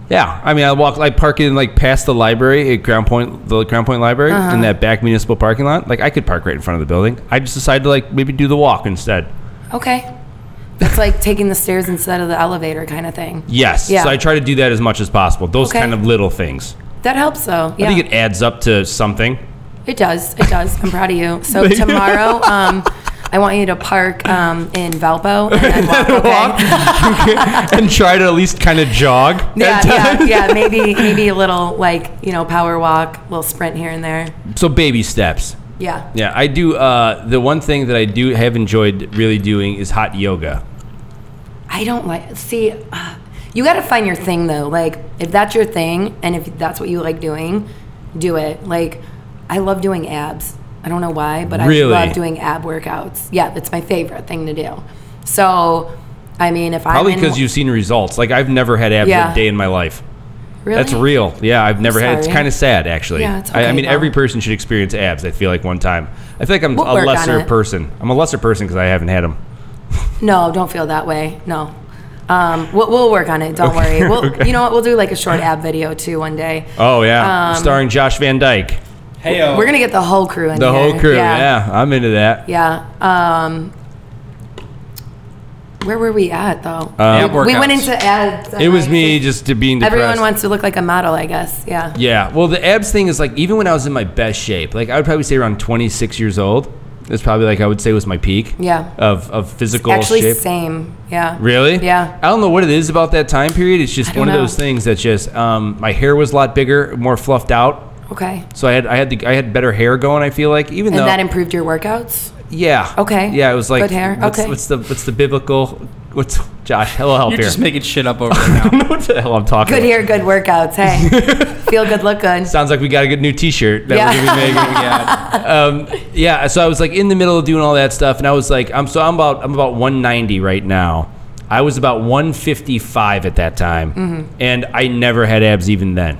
Speaker 1: Yeah, I mean, I walk, I park in like past the library at Crown Point, the Crown Point Library,
Speaker 2: Uh-huh.
Speaker 1: in that back municipal parking lot. Like, I could park right in front of the building. I just decided to like maybe do the walk instead.
Speaker 2: Okay. It's like taking the stairs instead of the elevator kind of thing.
Speaker 1: Yes,
Speaker 2: Yeah.
Speaker 1: so I try to do that as much as possible. Those
Speaker 2: Okay.
Speaker 1: kind of little things.
Speaker 2: That helps though. Yeah.
Speaker 1: I think it adds up to something.
Speaker 2: it does. It does. I'm proud of you. So tomorrow, um, I want you to park um, in Valpo and then walk, okay?
Speaker 1: Walk and try to at least kind of jog. uh, at
Speaker 2: Yeah, yeah,
Speaker 1: times.
Speaker 2: yeah. Maybe maybe a little like, you know, power walk, little sprint here and there.
Speaker 1: So baby steps.
Speaker 2: Yeah.
Speaker 1: Yeah, I do. Uh, the one thing that I do have enjoyed really doing is hot yoga.
Speaker 2: I don't like see uh, you got to find your thing though. Like if that's your thing and if that's what you like doing, do it. Like I love doing abs. I don't know why, but
Speaker 1: Really?
Speaker 2: I love doing ab workouts. Yeah, it's my favorite thing to do. So, I mean, if
Speaker 1: Probably
Speaker 2: I'm in-
Speaker 1: because you've seen results. Like I've never had abs
Speaker 2: Yeah.
Speaker 1: a day in my life.
Speaker 2: really?
Speaker 1: That's real. Yeah, I've never had. It's
Speaker 2: sorry.
Speaker 1: kind of sad, actually.
Speaker 2: Yeah, it's
Speaker 1: I, I
Speaker 2: okay,
Speaker 1: mean,
Speaker 2: though.
Speaker 1: every person should experience abs. I feel like one time. I feel like I'm
Speaker 2: We'll
Speaker 1: a
Speaker 2: work on
Speaker 1: lesser
Speaker 2: it.
Speaker 1: person. I'm a lesser person because I haven't had them.
Speaker 2: No, don't feel that way. No. Um, we'll, we'll work on it. Don't worry. We'll, You know what? We'll do like a short ab video too one day.
Speaker 1: Oh yeah,
Speaker 2: Um,
Speaker 1: starring Josh Van Dyke.
Speaker 3: Hey,
Speaker 2: We're gonna get the whole crew in
Speaker 1: The
Speaker 2: here.
Speaker 1: whole crew. Yeah. I'm into that.
Speaker 2: Yeah. Um, where were we at though?
Speaker 3: Ab
Speaker 2: we went
Speaker 3: workouts.
Speaker 2: into ads.
Speaker 1: Uh,
Speaker 2: uh,
Speaker 1: It was me just to being depressed.
Speaker 2: Everyone wants to look like a model, I guess. Yeah.
Speaker 1: Yeah. Well, the abs thing is like even when I was in my best shape, like I would probably say around 26 years old, That's probably like I would say was my peak.
Speaker 2: Yeah.
Speaker 1: Of of physical
Speaker 2: Actually,
Speaker 1: shape.
Speaker 2: same. Yeah.
Speaker 1: Really?
Speaker 2: Yeah.
Speaker 1: I don't know what it is about that time period. It's just
Speaker 2: I don't
Speaker 1: one of
Speaker 2: know.
Speaker 1: those things that just um, my hair was a lot bigger, more fluffed out.
Speaker 2: Okay.
Speaker 1: So I had I had the, I had better hair going. I feel like even
Speaker 2: And
Speaker 1: though
Speaker 2: that improved your workouts?
Speaker 1: yeah
Speaker 2: Okay.
Speaker 1: yeah it was like
Speaker 2: Good hair.
Speaker 1: What's,
Speaker 2: Okay.
Speaker 1: what's the what's the biblical what's Josh? Hello, help
Speaker 3: You're
Speaker 1: here.
Speaker 3: just making shit up over there now.
Speaker 1: I don't know what the hell I'm talking.
Speaker 2: Good
Speaker 1: about.
Speaker 2: hair, good workouts. Hey, feel good, look good.
Speaker 1: Sounds like we got a good new T-shirt that
Speaker 2: Yeah.
Speaker 1: we're gonna be making. um,
Speaker 3: yeah.
Speaker 1: yeah, so I was like in the middle of doing all that stuff, and I was like, I'm so I'm about I'm about 190 right now. I was about 155 at that time,
Speaker 2: Mm-hmm.
Speaker 1: and I never had abs even then.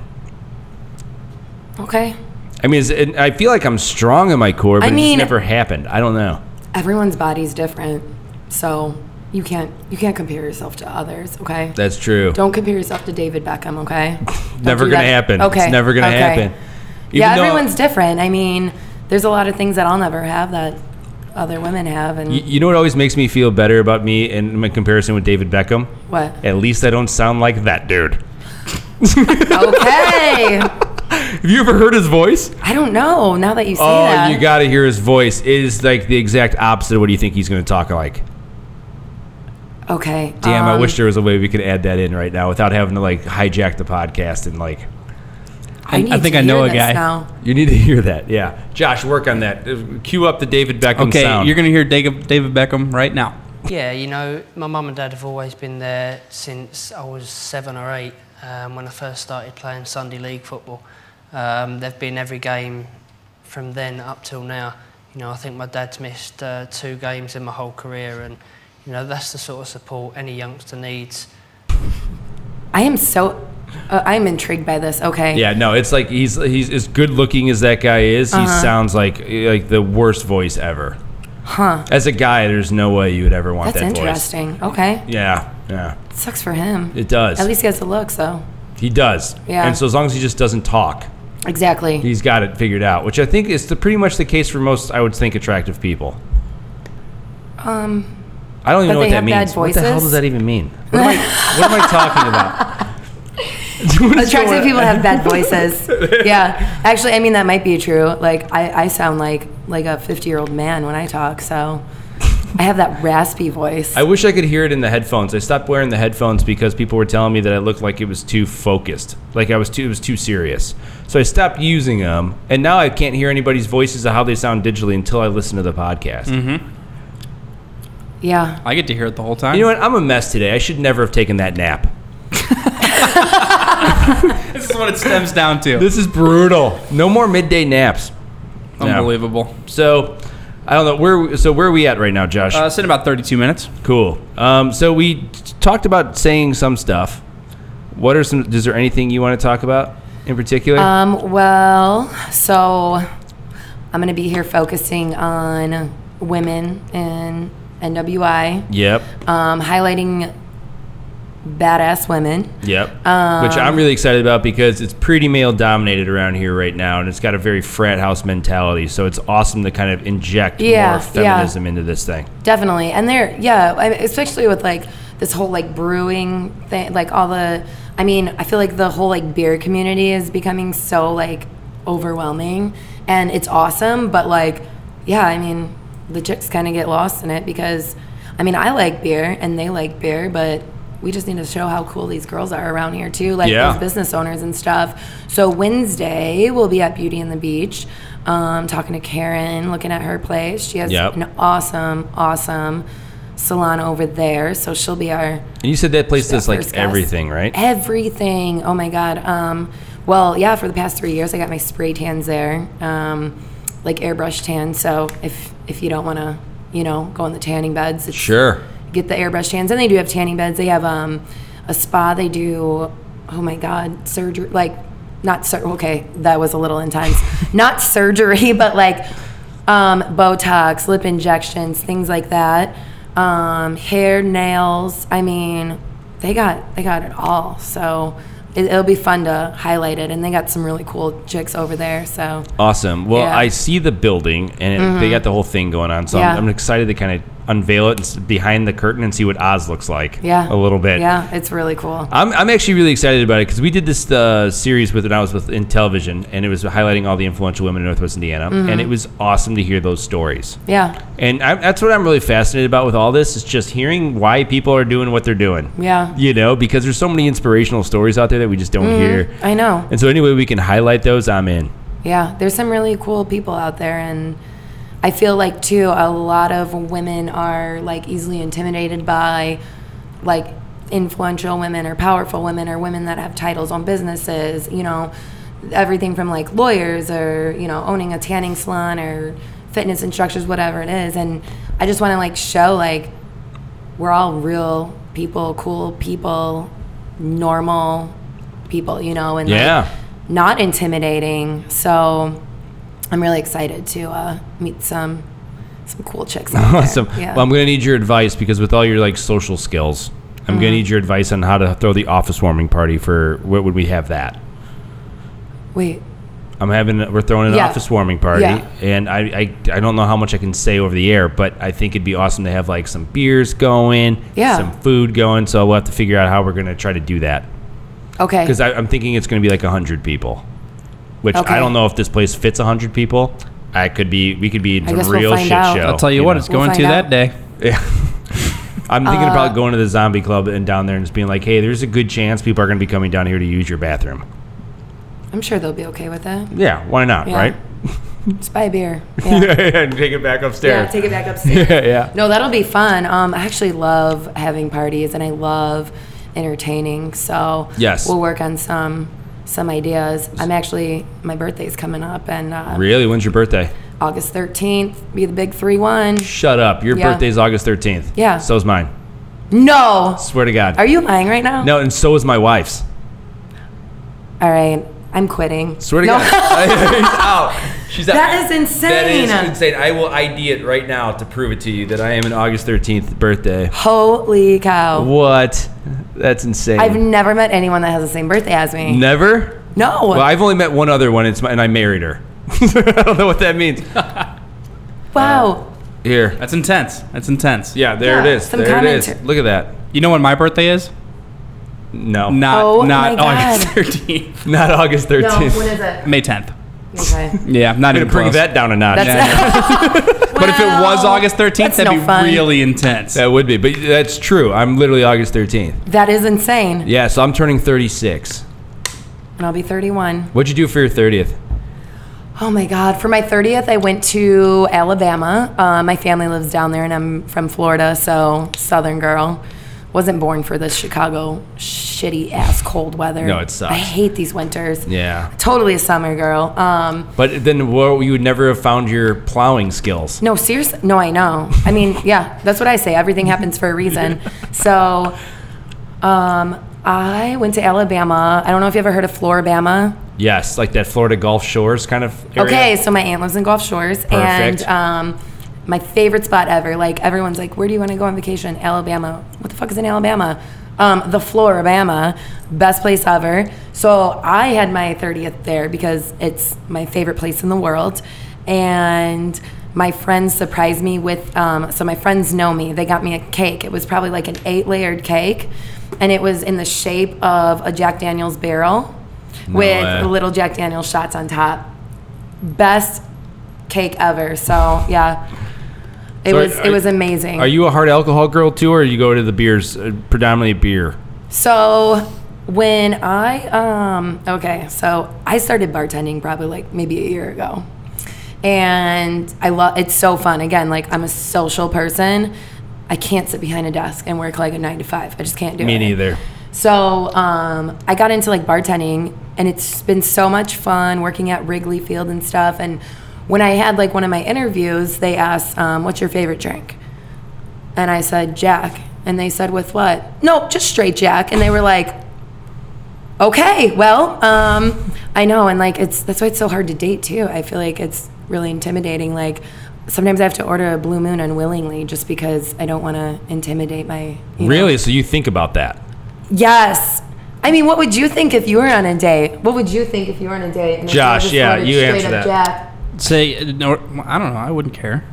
Speaker 2: Okay.
Speaker 1: I mean, it's, and I feel like I'm strong in my core, but
Speaker 2: I
Speaker 1: it just
Speaker 2: mean-
Speaker 1: never happened. I don't know.
Speaker 2: Everyone's body's different, so you can't you can't compare yourself to others. Okay.
Speaker 1: That's true.
Speaker 2: Don't compare yourself to David Beckham. Okay. Don't
Speaker 1: never
Speaker 2: do
Speaker 1: gonna
Speaker 2: that.
Speaker 1: happen. It's never gonna
Speaker 2: okay.
Speaker 1: happen.
Speaker 2: yeah,
Speaker 1: Even though-
Speaker 2: everyone's different. I mean, there's a lot of things that I'll never have that other women have, and
Speaker 1: You, you know what always makes me feel better about me and my comparison with David Beckham?
Speaker 2: what?
Speaker 1: At least I don't sound like that dude.
Speaker 2: okay.
Speaker 1: Have you ever heard his voice?
Speaker 2: I don't know. Now that you say
Speaker 1: Oh,
Speaker 2: that,
Speaker 1: you got to hear his voice. It is like the exact opposite of what you think he's going to talk like.
Speaker 2: okay.
Speaker 1: Damn, I
Speaker 2: um,
Speaker 1: wish there was a way we could add that in right now without having to like hijack the podcast and like.
Speaker 2: I,
Speaker 3: I
Speaker 2: need
Speaker 3: think
Speaker 2: to
Speaker 3: I
Speaker 2: hear
Speaker 3: know a
Speaker 2: this
Speaker 3: guy.
Speaker 2: Now.
Speaker 1: You need to hear that. Yeah. Josh, work on that. Uh, Cue up the David Beckham
Speaker 3: Okay,
Speaker 1: sound.
Speaker 3: you're gonna hear David David Beckham right now.
Speaker 4: Yeah, you know, my mum and dad have always been there since I was seven or eight um, when I first started playing Sunday league football. Um, they've been every game from then up till now. You know, I think my dad's missed uh, two games in my whole career, and you know that's the sort of support any youngster needs.
Speaker 2: I am so. Uh, I'm intrigued by this. Okay.
Speaker 1: yeah, no, it's like he's he's as good looking as that guy is. He
Speaker 2: Uh-huh.
Speaker 1: sounds like like the worst voice ever. Huh. As a guy, there's no way you would ever want
Speaker 2: That's
Speaker 1: that voice.
Speaker 2: interesting. Okay.
Speaker 1: Yeah, yeah,
Speaker 2: Sucks for him.
Speaker 1: it does.
Speaker 2: At least he has the looks, though.
Speaker 1: he does.
Speaker 2: Yeah.
Speaker 1: And so as long as he just doesn't talk,
Speaker 2: Exactly.
Speaker 1: he's got it figured out, which I think is the, pretty much the case for most, I would think, attractive people. Um, I don't
Speaker 2: Um,
Speaker 1: even
Speaker 2: but
Speaker 1: know what
Speaker 2: they
Speaker 1: that
Speaker 2: have
Speaker 1: means.
Speaker 2: bad
Speaker 1: What the hell does
Speaker 2: voices?
Speaker 1: that even mean? What am I, what am I talking about? What is
Speaker 2: Attractive
Speaker 1: going-
Speaker 2: people have bad voices. yeah. Actually, I mean that might be true. Like I, I sound like like a 50 year old man when I talk, so I have that raspy voice.
Speaker 1: I wish I could hear it in the headphones. I stopped wearing the headphones because people were telling me that I looked like it was too focused, like I was too it was too serious. So I stopped using them, and now I can't hear anybody's voices of how they sound digitally until I listen to the podcast.
Speaker 2: yeah.
Speaker 3: I get to hear it the whole time.
Speaker 1: You know what? I'm a mess today. I should never have taken that nap.
Speaker 3: this is what it stems down to.
Speaker 1: This is brutal. No more midday naps.
Speaker 3: Unbelievable.
Speaker 1: So I don't know where. So where are we at right now, Josh?
Speaker 3: Uh, it's in about 32 minutes.
Speaker 1: cool. Um, so we t- talked about saying some stuff. What are some? Is there anything you want to talk about in particular?
Speaker 2: Um. Well, so I'm gonna be here focusing on women in NWI,
Speaker 1: yep.
Speaker 2: um, highlighting badass women.
Speaker 1: Yep. Which I'm really excited about because it's pretty male dominated around here right now, and it's got a very frat house mentality. So it's awesome to kind of inject
Speaker 2: Yeah,
Speaker 1: more
Speaker 2: yeah.
Speaker 1: feminism into this thing.
Speaker 2: Definitely. And there, yeah, I mean, especially with like this whole like brewing thing, like all the, I mean, I feel like the whole like beer community is becoming so like overwhelming and it's awesome, but like, yeah, I mean, the chicks kind of get lost in it because, I mean, I like beer and they like beer, but we just need to show how cool these girls are around here too, like
Speaker 1: Yeah.
Speaker 2: those business owners and stuff. So Wednesday we'll be at Beauty and the Beach, um, talking to Karen, looking at her place. She has
Speaker 1: Yep.
Speaker 2: an awesome, awesome salon over there. So she'll be our
Speaker 1: And you said that place does like
Speaker 2: first guest.
Speaker 1: everything, right?
Speaker 2: everything. Oh my God. Um, well, yeah, for the past three years, I got my spray tans there, um, like airbrush tan. So if, if you don't want to, you know, go on the tanning beds, it's,
Speaker 1: Sure.
Speaker 2: get the airbrush tans. And they do have tanning beds. They have um, a spa. They do, oh my God, surgery. Like, not sur- okay, that was a little intense. not surgery, but like um, Botox, lip injections, things like that. Um, hair, nails. I mean, they got they got it all. So it, it'll be fun to highlight it. And they got some really cool chicks over there. So
Speaker 1: Awesome. Well,
Speaker 2: Yeah. Mm-hmm.
Speaker 1: I see the building and it, they got the whole thing going on, so
Speaker 2: Yeah.
Speaker 1: I'm, I'm excited to kind of unveil it and s- behind the curtain and see what Oz looks like.
Speaker 2: Yeah.
Speaker 1: a little bit.
Speaker 2: Yeah, it's really cool.
Speaker 1: I'm, I'm actually really excited about it because we did this uh, series with when I was with in television, and it was highlighting all the influential women in Northwest Indiana,
Speaker 2: Mm-hmm.
Speaker 1: and it was awesome to hear those stories.
Speaker 2: Yeah.
Speaker 1: And I, that's what I'm really fascinated about with all this is just hearing why people are doing what they're doing.
Speaker 2: Yeah. Mm-hmm.
Speaker 1: You know, because there's so many inspirational stories out there that we just don't hear.
Speaker 2: I know.
Speaker 1: And so, anyway, we can highlight those. I'm in.
Speaker 2: Yeah, there's some really cool people out there and I feel like too a lot of women are like easily intimidated by like influential women or powerful women or women that have titles on businesses, you know, everything from like lawyers or, you know, owning a tanning salon or fitness instructors whatever it is and I just want to like show like we're all real people, cool people, normal people, you know, and like,
Speaker 1: Yeah.
Speaker 2: not intimidating. So I'm really excited to uh, meet some some cool chicks. Out there.
Speaker 1: Awesome.
Speaker 2: Yeah.
Speaker 1: Well, I'm going to need your advice because with all your like social skills, I'm
Speaker 2: Mm-hmm.
Speaker 1: going to need your advice on how to throw the office warming party for what would we have that?
Speaker 2: Wait.
Speaker 1: I'm having we're throwing an
Speaker 2: Yeah.
Speaker 1: office warming party,
Speaker 2: Yeah.
Speaker 1: and I, I I don't know how much I can say over the air, but I think it'd be awesome to have like some beers going,
Speaker 2: Yeah.
Speaker 1: some food going. So we'll have to figure out how we're gonna try to do that
Speaker 2: Okay.
Speaker 1: because I'm thinking it's gonna be like hundred people, which
Speaker 2: Okay.
Speaker 1: I don't know if this place fits hundred people. I could be we could be in
Speaker 2: I
Speaker 1: some
Speaker 2: guess we'll
Speaker 1: real
Speaker 2: find
Speaker 1: shit
Speaker 2: out.
Speaker 1: show.
Speaker 2: I'll
Speaker 3: I'll tell you, what,
Speaker 1: know?
Speaker 3: it's
Speaker 2: Oh, We'll
Speaker 3: going
Speaker 2: find
Speaker 3: to
Speaker 2: out.
Speaker 3: that day.
Speaker 1: I'm thinking of
Speaker 2: Uh.
Speaker 1: probably going to the zombie club and down there and just being like, hey, there's a good chance people are gonna be coming down here to use your bathroom.
Speaker 2: I'm sure they'll be okay with that.
Speaker 1: Yeah, why not,
Speaker 2: Yeah.
Speaker 1: right?
Speaker 2: Just buy a beer. Yeah. yeah.
Speaker 1: and take it back upstairs.
Speaker 2: Take it back upstairs.
Speaker 1: yeah, yeah.
Speaker 2: No, that'll be fun. Um, I actually love having parties and I love entertaining. So
Speaker 1: Yes.
Speaker 2: we'll work on some some ideas. I'm actually my birthday's coming up and uh,
Speaker 1: Really? When's your birthday?
Speaker 2: August 13th be the big three one.
Speaker 1: Shut up. Your
Speaker 2: Yeah.
Speaker 1: birthday's August 13th.
Speaker 2: Yeah.
Speaker 1: So's mine.
Speaker 2: No,
Speaker 1: Swear to God.
Speaker 2: are you lying right now?
Speaker 1: no, and so is my wife's.
Speaker 2: All right, I'm quitting.
Speaker 1: Swear to
Speaker 2: No.
Speaker 1: God. She's out. She's out.
Speaker 2: That is insane.
Speaker 1: That is insane. I will ID it right now to prove it to you that I am an August 13th birthday.
Speaker 2: Holy cow!
Speaker 1: What? That's insane.
Speaker 2: I've never met anyone that has the same birthday as me.
Speaker 1: Never?
Speaker 2: No.
Speaker 1: Well, I've only met one other one, it's my, and I married her. I don't know what that means.
Speaker 2: wow.
Speaker 1: Here.
Speaker 3: That's intense. That's intense.
Speaker 1: Yeah, there
Speaker 2: Yeah,
Speaker 1: it is.
Speaker 2: some
Speaker 1: There it is.
Speaker 2: commenter-
Speaker 1: Look at that.
Speaker 3: You know when my birthday is?
Speaker 1: No.
Speaker 3: Not
Speaker 2: Oh
Speaker 3: not
Speaker 2: my
Speaker 3: August
Speaker 2: God.
Speaker 3: 13th.
Speaker 1: Not August 13th.
Speaker 2: no, when is it?
Speaker 3: May 10th.
Speaker 2: Okay.
Speaker 3: Yeah, not
Speaker 1: I'm
Speaker 3: even
Speaker 1: gonna bring
Speaker 3: close.
Speaker 1: that down a notch.
Speaker 2: That's
Speaker 3: But if it was
Speaker 2: Wow.
Speaker 3: August 13th,
Speaker 2: That's
Speaker 3: that'd
Speaker 2: no
Speaker 3: be
Speaker 2: fun.
Speaker 3: really intense.
Speaker 1: That would be, but that's true. I'm literally August 13th.
Speaker 2: That is insane.
Speaker 1: Yeah, so I'm turning 36.
Speaker 2: And I'll be 31.
Speaker 1: What'd you do for your 30th?
Speaker 2: Oh my God. For my 30th, I went to Alabama. Uh, my family lives down there, and I'm from Florida, so Southern girl. Wasn't born for this Chicago shitty ass cold weather.
Speaker 1: No, it sucks.
Speaker 2: I hate these winters.
Speaker 1: Yeah,
Speaker 2: Totally a summer girl. Um,
Speaker 1: but then what, you would never have found your plowing skills.
Speaker 2: no, seriously. No, I know. I mean, yeah, that's what I say. Everything happens for a reason. So, um, I went to Alabama. I don't know if you ever heard of Floribama.
Speaker 1: Yes, like that Florida Gulf Shores kind of area.
Speaker 2: Okay, so my aunt lives in Gulf Shores, and
Speaker 1: Perfect.
Speaker 2: um, my favorite spot ever. Like everyone's like, "Where do you want to go on vacation?" Alabama. What the fuck is in Alabama? Um, the Floribama, best place ever. So I had my 30th there because it's my favorite place in the world, and my friends surprised me with. Um, so my friends know me. They got me a cake. It was probably like an eight-layered cake, and it was in the shape of a Jack Daniel's barrel. with
Speaker 1: way.
Speaker 2: little Jack Daniel's shots on top best cake ever. So yeah, it
Speaker 1: So are-
Speaker 2: was
Speaker 1: are-
Speaker 2: it was amazing.
Speaker 1: Are you a hard alcohol girl too, or you go to the beers uh, predominantly beer?
Speaker 2: so when I um okay, so I started bartending probably like maybe a year ago, and I love it's so fun. Again, like I'm a social person. I can't sit behind a desk and work like a nine to five. I just can't do
Speaker 1: Me
Speaker 2: it.
Speaker 1: neither.
Speaker 2: So um, I got into like bartending, and it's been so much fun working at Wrigley Field and stuff. And when I had like one of my interviews, they asked, um, "What's your favorite drink?" And I said Jack, and they said, "With what?" No, just straight Jack. And they were like, "Okay, well, um, I know." And like it's that's why it's so hard to date too. I feel like it's really intimidating. Like. Sometimes I have to order a Blue Moon unwillingly just because I don't want to intimidate my. you know,
Speaker 1: Really? So you think about that?
Speaker 2: Yes. I mean, what would you think if you were on a date? What would you think if you were on a date? And if you
Speaker 1: Josh,
Speaker 2: just
Speaker 1: yeah,
Speaker 2: ordered
Speaker 1: you
Speaker 2: straight
Speaker 1: answer
Speaker 2: up
Speaker 1: that.
Speaker 2: Jack?
Speaker 3: Say, no, I don't know. I wouldn't care.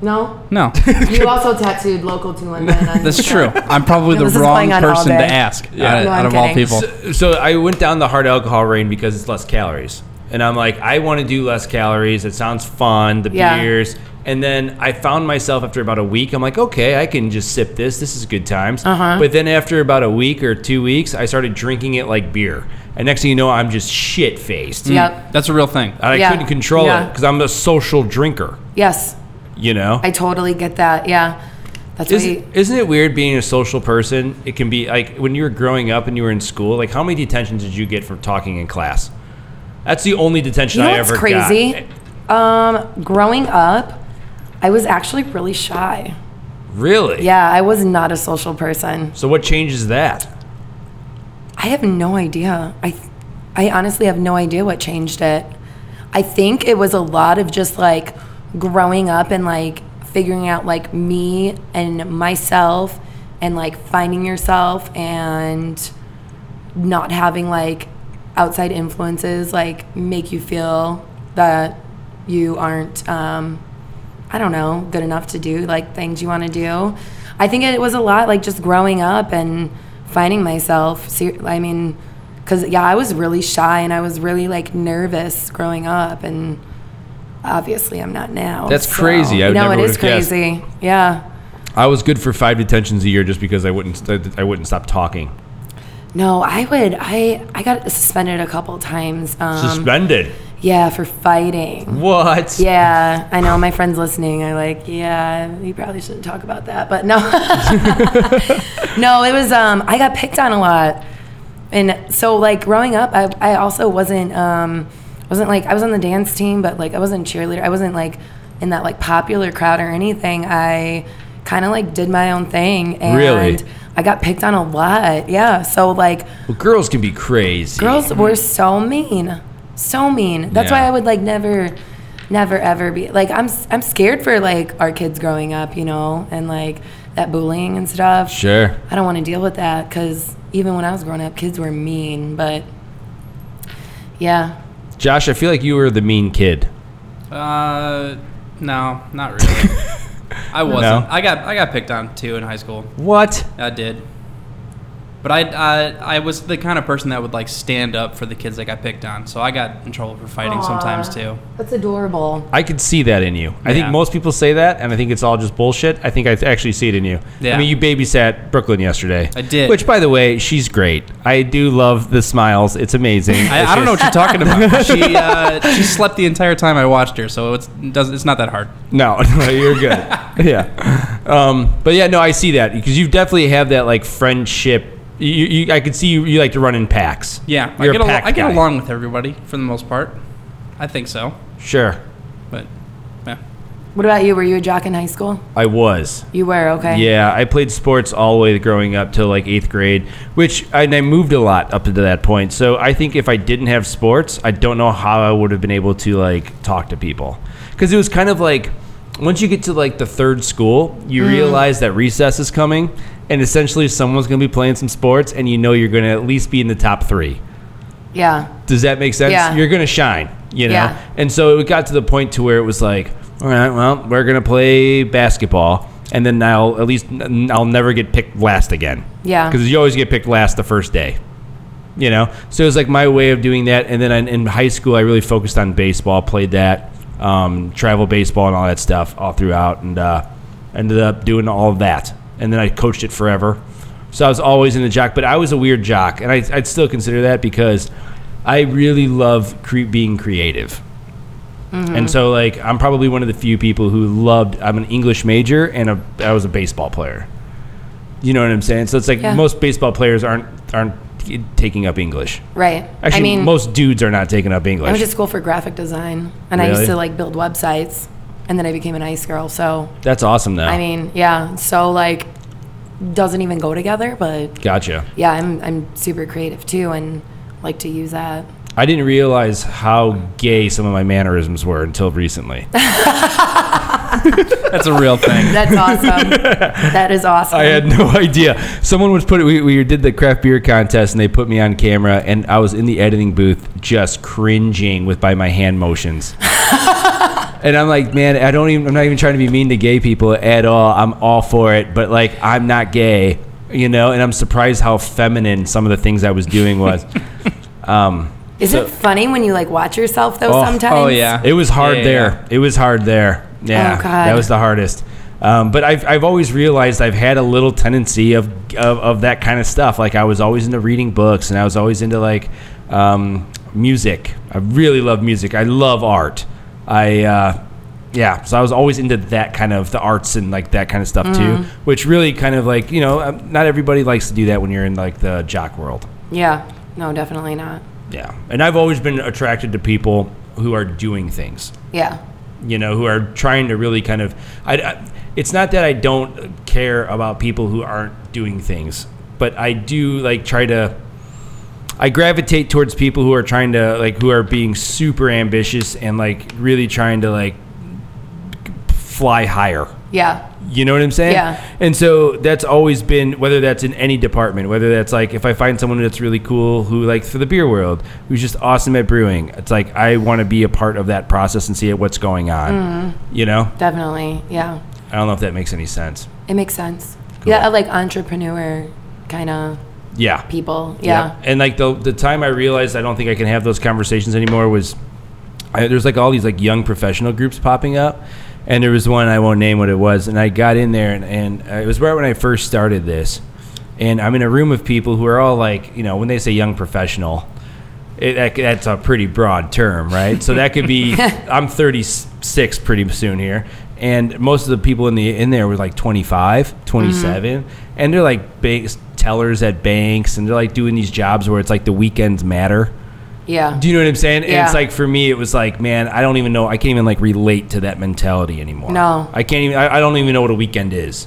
Speaker 2: No?
Speaker 3: No,
Speaker 2: You also tattooed local to London. on
Speaker 3: that's
Speaker 2: your
Speaker 3: true.
Speaker 2: shirt.
Speaker 3: I'm probably
Speaker 2: No,
Speaker 3: the
Speaker 2: this is
Speaker 3: wrong
Speaker 2: going on all
Speaker 3: person to
Speaker 2: day.
Speaker 3: ask
Speaker 1: Yeah.
Speaker 3: out,
Speaker 2: No,
Speaker 3: out
Speaker 2: I'm
Speaker 3: of all
Speaker 2: kidding.
Speaker 3: people.
Speaker 1: So, so I went down the hard alcohol rain because it's less calories. And I'm like, I want to do less calories. It sounds fun, the
Speaker 2: Yeah.
Speaker 1: beers. And then I found myself after about a week, I'm like, okay, I can just sip this. This is good times.
Speaker 2: Uh-huh.
Speaker 1: But then after about a week or two weeks, I started drinking it like beer. And next thing you know, I'm just shit faced.
Speaker 2: Yep.
Speaker 3: That's a real thing.
Speaker 1: I
Speaker 2: Yeah.
Speaker 1: couldn't control it
Speaker 2: Yeah.
Speaker 1: because I'm a social drinker,
Speaker 2: Yes.
Speaker 1: you know?
Speaker 2: I totally get that. Yeah. That's what
Speaker 1: Isn't,
Speaker 2: you,
Speaker 1: isn't it weird being a social person? It can be like when you were growing up and you were in school. Like, how many detentions did you get for talking in class? That's the only detention
Speaker 2: you know
Speaker 1: I
Speaker 2: what's
Speaker 1: ever
Speaker 2: crazy?
Speaker 1: got. Eh,
Speaker 2: Um, growing up, I was actually really shy.
Speaker 1: Really?
Speaker 2: Yeah, I was not a social person.
Speaker 1: So what changes that?
Speaker 2: I have no idea. I, th- I honestly have no idea what changed it. I think it was a lot of just like growing up and like figuring out like me and myself and like finding yourself and not having like outside influences like make you feel that you aren't um I don't know good enough to do like things you want to do. I think it was a lot like just growing up and finding myself. Ser- I mean cuz yeah, I was really shy and I was really like nervous growing up and obviously I'm not now.
Speaker 1: That's crazy. I
Speaker 2: No,
Speaker 1: never
Speaker 2: it
Speaker 1: would
Speaker 2: is
Speaker 1: have guessed.
Speaker 2: crazy. Yeah.
Speaker 1: I was good for five detentions a year just because I wouldn't I wouldn't stop talking.
Speaker 2: No, I would I I got suspended a couple times. Um
Speaker 1: Suspended.
Speaker 2: yeah, for fighting.
Speaker 1: What?
Speaker 2: Yeah, I know my friends listening are like, yeah, you probably shouldn't talk about that. But no, no, it was. Um, I got picked on a lot, and so like growing up, I, I also wasn't um, wasn't like I was on the dance team, but like I wasn't cheerleader. I wasn't like in that like popular crowd or anything. I kind of like did my own thing, and
Speaker 1: Really?
Speaker 2: I got picked on a lot. Yeah, so like
Speaker 1: Well, girls can be crazy.
Speaker 2: Girls were so mean, so mean. That's
Speaker 1: Yeah.
Speaker 2: why I would like never, never ever be like I'm. s- I'm scared for like our kids growing up, you know, and like that bullying and stuff.
Speaker 1: Sure.
Speaker 2: I don't want to deal with that because even when I was growing up, kids were mean. But yeah,
Speaker 1: Josh, I feel like you were the mean kid.
Speaker 3: Uh, no, not really. I
Speaker 1: No?
Speaker 3: wasn't. I got I got picked on too in high school.
Speaker 1: What?
Speaker 3: I did. But I, I I was the kind of person that would like stand up for the kids that got picked on. So I got in trouble for fighting sometimes too.
Speaker 2: that's adorable.
Speaker 1: I could see that in you. I think
Speaker 3: Yeah.
Speaker 1: most people say that, and I think it's all just bullshit. I think I actually see it in you. I
Speaker 3: Yeah.
Speaker 1: mean, you babysat Brooklyn yesterday.
Speaker 3: I did.
Speaker 1: Which, by the way, she's great. I do love the smiles. It's amazing.
Speaker 3: I,
Speaker 1: It's
Speaker 3: I don't know
Speaker 1: just-
Speaker 3: what you're talking about. she uh, she slept the entire time I watched her, so it's does it's not that hard.
Speaker 1: No, no, you're good. yeah. Um, but yeah, no, I see that because you definitely have that like friendship. You, you, I could see you, you like to run in packs.
Speaker 3: Yeah,
Speaker 1: You're
Speaker 3: I get
Speaker 1: a pack
Speaker 3: along, I get
Speaker 1: guy.
Speaker 3: along with everybody for the most part. I think so,
Speaker 1: Sure,
Speaker 3: but yeah.
Speaker 2: What about you? Were you a jock in high school?
Speaker 1: I was.
Speaker 2: You were okay.
Speaker 1: Yeah, I played sports all the way growing up till like eighth grade, which and I moved a lot up to that point. So I think if I didn't have sports, I don't know how I would have been able to like talk to people because it was kind of like once you get to like the third school,
Speaker 2: Mm.
Speaker 1: you realize that recess is coming, and essentially someone's going to be playing some sports, and you know you're going to at least be in the top three.
Speaker 2: Yeah.
Speaker 1: Does that make sense?
Speaker 2: Yeah.
Speaker 1: You're gonna shine, you know.
Speaker 2: Yeah.
Speaker 1: And so it got to the point to where it was like, all right, well, we're gonna play basketball, and then I'll at least n- I'll never get picked last again.
Speaker 2: Yeah.
Speaker 1: Because you always get picked last the first day, you know. So it was like my way of doing that. And then I, in high school, I really focused on baseball, played that, um, travel baseball, and all that stuff all throughout, and uh, ended up doing all of that. And then I coached it forever. So I was always in the jock, but I was a weird jock, and I, I'd still consider that because I really love cre- being creative.
Speaker 2: Mm.
Speaker 1: And so, like, I'm probably one of the few people who loved. I'm an English major, and a, I was a baseball player. You know what I'm saying? So it's like
Speaker 2: Yeah.
Speaker 1: most baseball players aren't aren't t- taking up English.
Speaker 2: Right.
Speaker 1: Actually,
Speaker 2: I mean,
Speaker 1: most dudes are not taking up
Speaker 2: I
Speaker 1: English.
Speaker 2: went to school for graphic design, and I
Speaker 1: Really?
Speaker 2: used to like build websites, and then I became an ice girl. So
Speaker 1: That's awesome, though.
Speaker 2: I mean, yeah. So like, doesn't even go together. But
Speaker 1: gotcha.
Speaker 2: yeah, I'm I'm super creative too, and like to use that.
Speaker 1: I didn't realize how gay some of my mannerisms were until recently.
Speaker 3: That's a real thing.
Speaker 2: That's awesome. that is awesome.
Speaker 1: I had no idea. Someone was put. We, we did the craft beer contest, and they put me on camera, and I was in the editing booth just cringing with by my hand motions. And I'm like, man, I don't even. I'm not even trying to be mean to gay people at all. I'm all for it, but like, I'm not gay, you know. And I'm surprised how feminine some of the things I was doing was. um,
Speaker 2: Isn't
Speaker 1: So-
Speaker 2: it funny when you like watch yourself though
Speaker 1: Oh,
Speaker 2: sometimes?
Speaker 3: oh, yeah.
Speaker 1: it was hard
Speaker 3: Yeah, yeah,
Speaker 1: there. It was hard there. Yeah,
Speaker 2: Oh, God.
Speaker 1: that was the hardest. Um, but I've, I've always realized I've had a little tendency of, of of that kind of stuff. Like I was always into reading books, and I was always into like um, music. I really love music. I love art. I uh, yeah. So I was always into that kind of the arts and like that kind of stuff
Speaker 3: Mm.
Speaker 1: too. Which really kind of like you know um, not everybody likes to do that when you're in like the jock world.
Speaker 2: Yeah. No, definitely not.
Speaker 1: Yeah, and I've always been attracted to people who are doing things
Speaker 2: Yeah.
Speaker 1: you know, who are trying to really kind of. I, I- it's not that I don't care about people who aren't doing things, but I do like try to. I gravitate towards people who are trying to like who are being super ambitious and like really trying to like fly higher.
Speaker 2: Yeah.
Speaker 1: You know what I'm saying?
Speaker 2: Yeah.
Speaker 1: And so that's always been whether that's in any department, whether that's like if I find someone that's really cool who like for the beer world, who's just awesome at brewing. It's like I want to be a part of that process and see what's going on. You know?
Speaker 2: Definitely. Yeah.
Speaker 1: I don't know if that makes any sense.
Speaker 2: It makes sense.
Speaker 1: Cool.
Speaker 2: Yeah, I like entrepreneur kind of
Speaker 1: Yeah.
Speaker 2: people. Yeah.
Speaker 1: And like the the time I realized I don't think I can have those conversations anymore was I, there's like all these like young professional groups popping up, and there was one I won't name what it was, and I got in there and and uh, it was right when I first started this, and I'm in a room of people who are all like you know when they say young professional. It, that, that's a pretty broad term, right? So that could be I'm 36 pretty soon here, and most of the people in the in there were like 25, 27,
Speaker 2: Mm-hmm.
Speaker 1: and they're like banks, tellers at banks, and they're like doing these jobs where it's like the weekends matter.
Speaker 2: Yeah.
Speaker 1: Do you know what I'm saying? And
Speaker 2: Yeah.
Speaker 1: it's like for me, it was like, man, I don't even know. I can't even like relate to that mentality anymore.
Speaker 2: No.
Speaker 1: I can't even. I, I don't even know what a weekend is.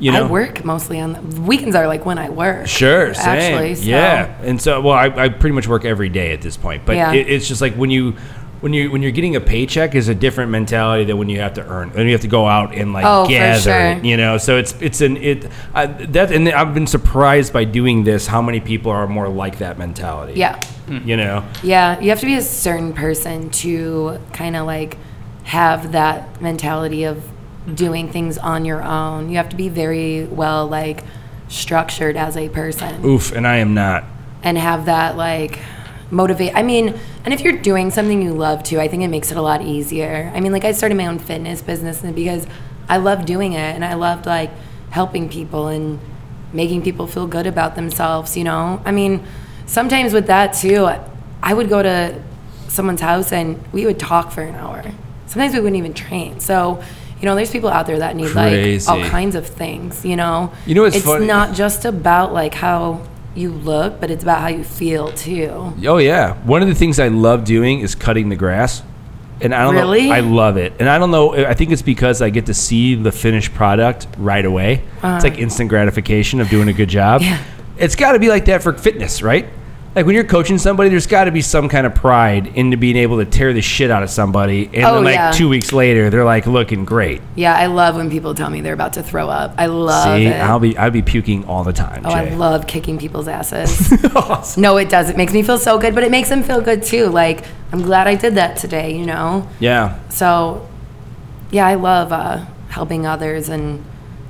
Speaker 1: You know,
Speaker 2: I work mostly on the weekends are like when I work.
Speaker 1: Sure, same.
Speaker 2: Actually, so-
Speaker 1: yeah. And so, well, I, I pretty much work every day at this point, but
Speaker 2: Yeah.
Speaker 1: it, it's just like when you. When you when you're getting a paycheck is a different mentality than when you have to earn and you have to go out and like
Speaker 2: Oh, for
Speaker 1: gather,
Speaker 2: sure.
Speaker 1: you know. So it's it's an it I, that and I've been surprised by doing this how many people are more like that mentality.
Speaker 2: Yeah.
Speaker 1: you know.
Speaker 2: Yeah. You have to be a certain person to kind of like have that mentality of doing things on your own. You have to be very well like structured as a person.
Speaker 1: Oof, and I am not.
Speaker 2: and have that like motivate. I mean, and if you're doing something you love too, I think it makes it a lot easier. I mean, like I started my own fitness business and because I love doing it and I loved like helping people and making people feel good about themselves, you know? I mean, sometimes with that too, I would go to someone's house and we would talk for an hour. Sometimes we wouldn't even train. So, you know, there's people out there that need like
Speaker 1: Crazy.
Speaker 2: all kinds of things, you know?
Speaker 1: You know what's
Speaker 2: it's
Speaker 1: funny-
Speaker 2: not just about like how you look, but it's about how you feel too.
Speaker 1: Oh yeah. One of the things I love doing is cutting the grass. And I don't
Speaker 2: Really?
Speaker 1: know I love it. And I don't know I think it's because I get to see the finished product right away. It's like instant gratification of doing a good job.
Speaker 2: Uh-huh. Yeah.
Speaker 1: It's got to be like that for fitness, right? Like when you're coaching somebody, there's got to be some kind of pride into being able to tear the shit out of somebody, and
Speaker 2: Oh,
Speaker 1: then like
Speaker 2: yeah.
Speaker 1: two weeks later, they're like looking great.
Speaker 2: Yeah, I love when people tell me they're about to throw up. I love
Speaker 1: See,
Speaker 2: it.
Speaker 1: I'll be I'd be puking all the time.
Speaker 2: oh, I
Speaker 1: Jay.
Speaker 2: love kicking people's asses. no, it does. It makes me feel so good, but it makes them feel good too. Like I'm glad I did that today, you know.
Speaker 1: yeah,
Speaker 2: So, yeah, I love uh, helping others and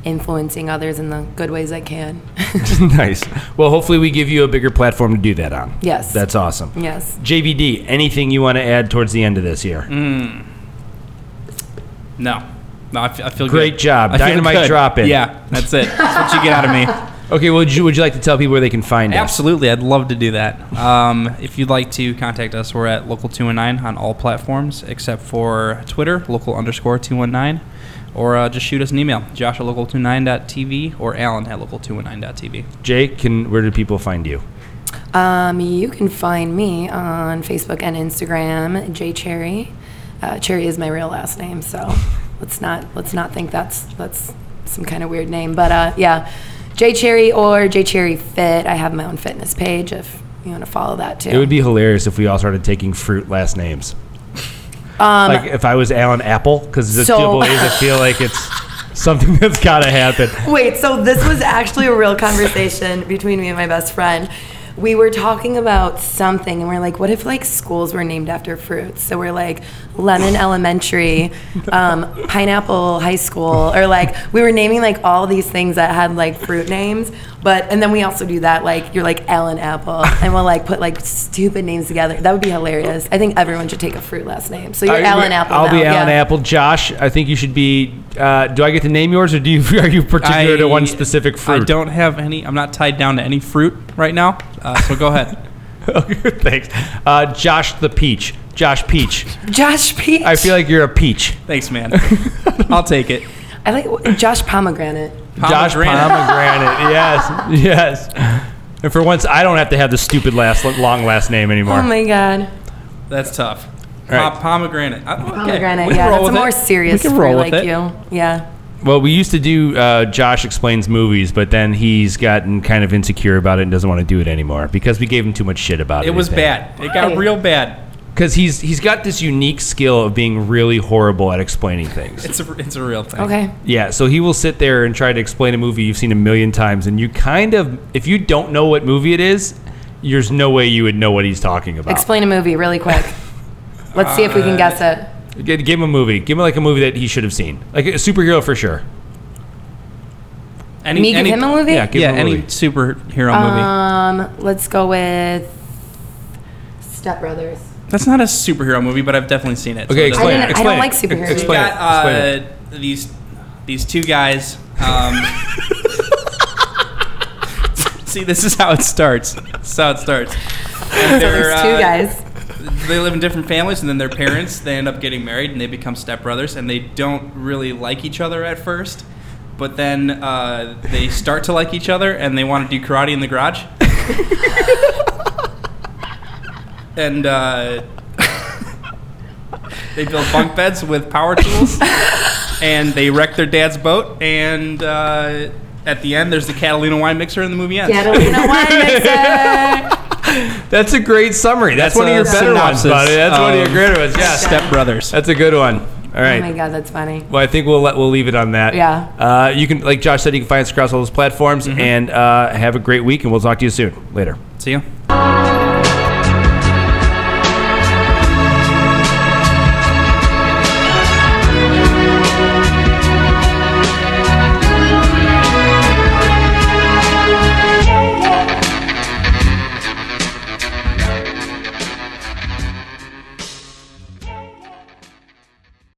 Speaker 2: influencing others in the good ways I can.
Speaker 1: nice. Well, hopefully we give you a bigger platform to do that on.
Speaker 2: Yes.
Speaker 1: That's awesome.
Speaker 2: yes.
Speaker 1: JVD, anything you want to add towards the end of this year?
Speaker 2: Mm.
Speaker 3: No. No, I f- I feel
Speaker 1: Great
Speaker 3: good.
Speaker 1: job.
Speaker 3: I feel
Speaker 1: Dynamite
Speaker 3: good.
Speaker 1: drop in.
Speaker 3: Yeah, that's it. That's what you get out of me.
Speaker 1: Okay, well, would you, would you like to tell people where they can find us?
Speaker 3: Absolutely, I'd love to do that. Um, if you'd like to contact us, we're at local two one nine on all platforms except for Twitter, local underscore two one nine, or uh, just shoot us an email, Josh at local two nine dot TV or Alan at local two one nine dot TV.
Speaker 1: Jake, can where do people find you?
Speaker 2: Um, you can find me on Facebook and Instagram, J Cherry. Uh, Cherry is my real last name, so let's not let's not think that's that's some kind of weird name. But uh, yeah, J Cherry or J Cherry Fit. I have my own fitness page if you want to follow that too.
Speaker 1: It would be hilarious if we all started taking fruit last names. Um, like if I was Alan Apple, because it's
Speaker 2: so-
Speaker 1: double A's, I feel like it's something that's got to happen.
Speaker 2: Wait, so this was actually a real conversation between me and my best friend. we were talking about something and we're like, what if like schools were named after fruits? So we're like Lemon Elementary, um, Pineapple High School, or like we were naming like all these things that had like fruit names. But and then we also do that like you're like Allen Apple, and we'll like put like stupid names together. That would be hilarious. I think everyone should take a fruit last name. So you're Allen Apple.
Speaker 1: I'll be
Speaker 2: now,
Speaker 1: Alan
Speaker 2: yeah.
Speaker 1: Apple. Josh, I think you should be. Uh, do I get to name yours, or do you are you particular to one specific fruit?
Speaker 3: I don't have any. I'm not tied down to any fruit right now. Uh, so go ahead.
Speaker 1: Okay, Thanks, uh, Josh the Peach. Josh Peach.
Speaker 2: Josh Peach.
Speaker 1: I feel like you're a peach.
Speaker 3: Thanks, man. I'll take it.
Speaker 2: I like Josh Pomegranate.
Speaker 1: Josh Pomegranate. yes, yes. And for once, I don't have to have the stupid last long last name anymore.
Speaker 2: Oh my god.
Speaker 3: That's tough.
Speaker 1: All right.
Speaker 3: Po- pomegranate. I- okay.
Speaker 2: Pomegranate,
Speaker 3: We can
Speaker 2: yeah.
Speaker 3: roll
Speaker 2: That's a
Speaker 3: with
Speaker 2: more
Speaker 3: it.
Speaker 2: serious
Speaker 3: We can
Speaker 2: fruit
Speaker 3: roll with
Speaker 2: like
Speaker 3: it.
Speaker 2: you. Yeah.
Speaker 1: Well, we used to do uh, Josh explains movies, but then he's gotten kind of insecure about it and doesn't want to do it anymore because we gave him too much shit about it.
Speaker 3: It was bad. It got
Speaker 2: Why?
Speaker 3: real bad.
Speaker 1: because he's he's got this unique skill of being really horrible at explaining things.
Speaker 3: It's a, it's a real thing.
Speaker 2: Okay.
Speaker 1: Yeah, so he will sit there and try to explain a movie you've seen a million times, and you kind of if you don't know what movie it is, there's no way you would know what he's talking about.
Speaker 2: Explain a movie really quick. Let's see if
Speaker 3: Uh,
Speaker 2: we can guess it.
Speaker 1: G- Give him a movie. Give him like a movie that he should have seen, like a superhero for sure.
Speaker 3: Any,
Speaker 2: Me give
Speaker 3: any-
Speaker 2: him a movie?
Speaker 1: Yeah, give
Speaker 3: yeah,
Speaker 1: him a
Speaker 3: any
Speaker 1: movie.
Speaker 3: superhero movie.
Speaker 2: Um, let's go with Step Brothers.
Speaker 3: That's not a superhero movie, but I've definitely seen it. so
Speaker 1: Okay,
Speaker 3: it doesn't
Speaker 1: explain.
Speaker 2: I
Speaker 1: it,
Speaker 2: don't-
Speaker 3: matter.
Speaker 2: I
Speaker 1: explain
Speaker 2: don't like
Speaker 1: it.
Speaker 2: superheroes.
Speaker 3: So you
Speaker 1: Explain it.
Speaker 3: got,
Speaker 1: Explain it.
Speaker 3: uh, these these two guys. Um, see, this is how it starts. This is how it starts. And
Speaker 2: So
Speaker 3: they're,
Speaker 2: there's two
Speaker 3: uh,
Speaker 2: guys.
Speaker 3: they live in different families and then their parents they end up getting married and they become stepbrothers and they don't really like each other at first but then uh, they start to like each other and they want to do karate in the garage and uh, they build bunk beds with power tools and they wreck their dad's boat and uh, at the end there's the catalina wine mixer and the movie ends
Speaker 2: Catalina Wine Mixer.
Speaker 1: That's a great summary. That's,
Speaker 3: That's
Speaker 1: one of
Speaker 3: a
Speaker 1: your better ones,
Speaker 3: synopsis
Speaker 1: buddy. That's one of your
Speaker 3: of-
Speaker 1: greater ones. Yeah,
Speaker 3: Step Brothers.
Speaker 1: That's a good one. All
Speaker 2: Oh
Speaker 1: right.
Speaker 2: my god, that's funny.
Speaker 1: Well, I think we'll let, we'll leave it on that.
Speaker 2: Yeah.
Speaker 1: Uh, you can, like Josh said, you can Mm-hmm. find us across all those platforms, and uh, have a great week, and we'll talk to you soon. Later.
Speaker 3: See ya.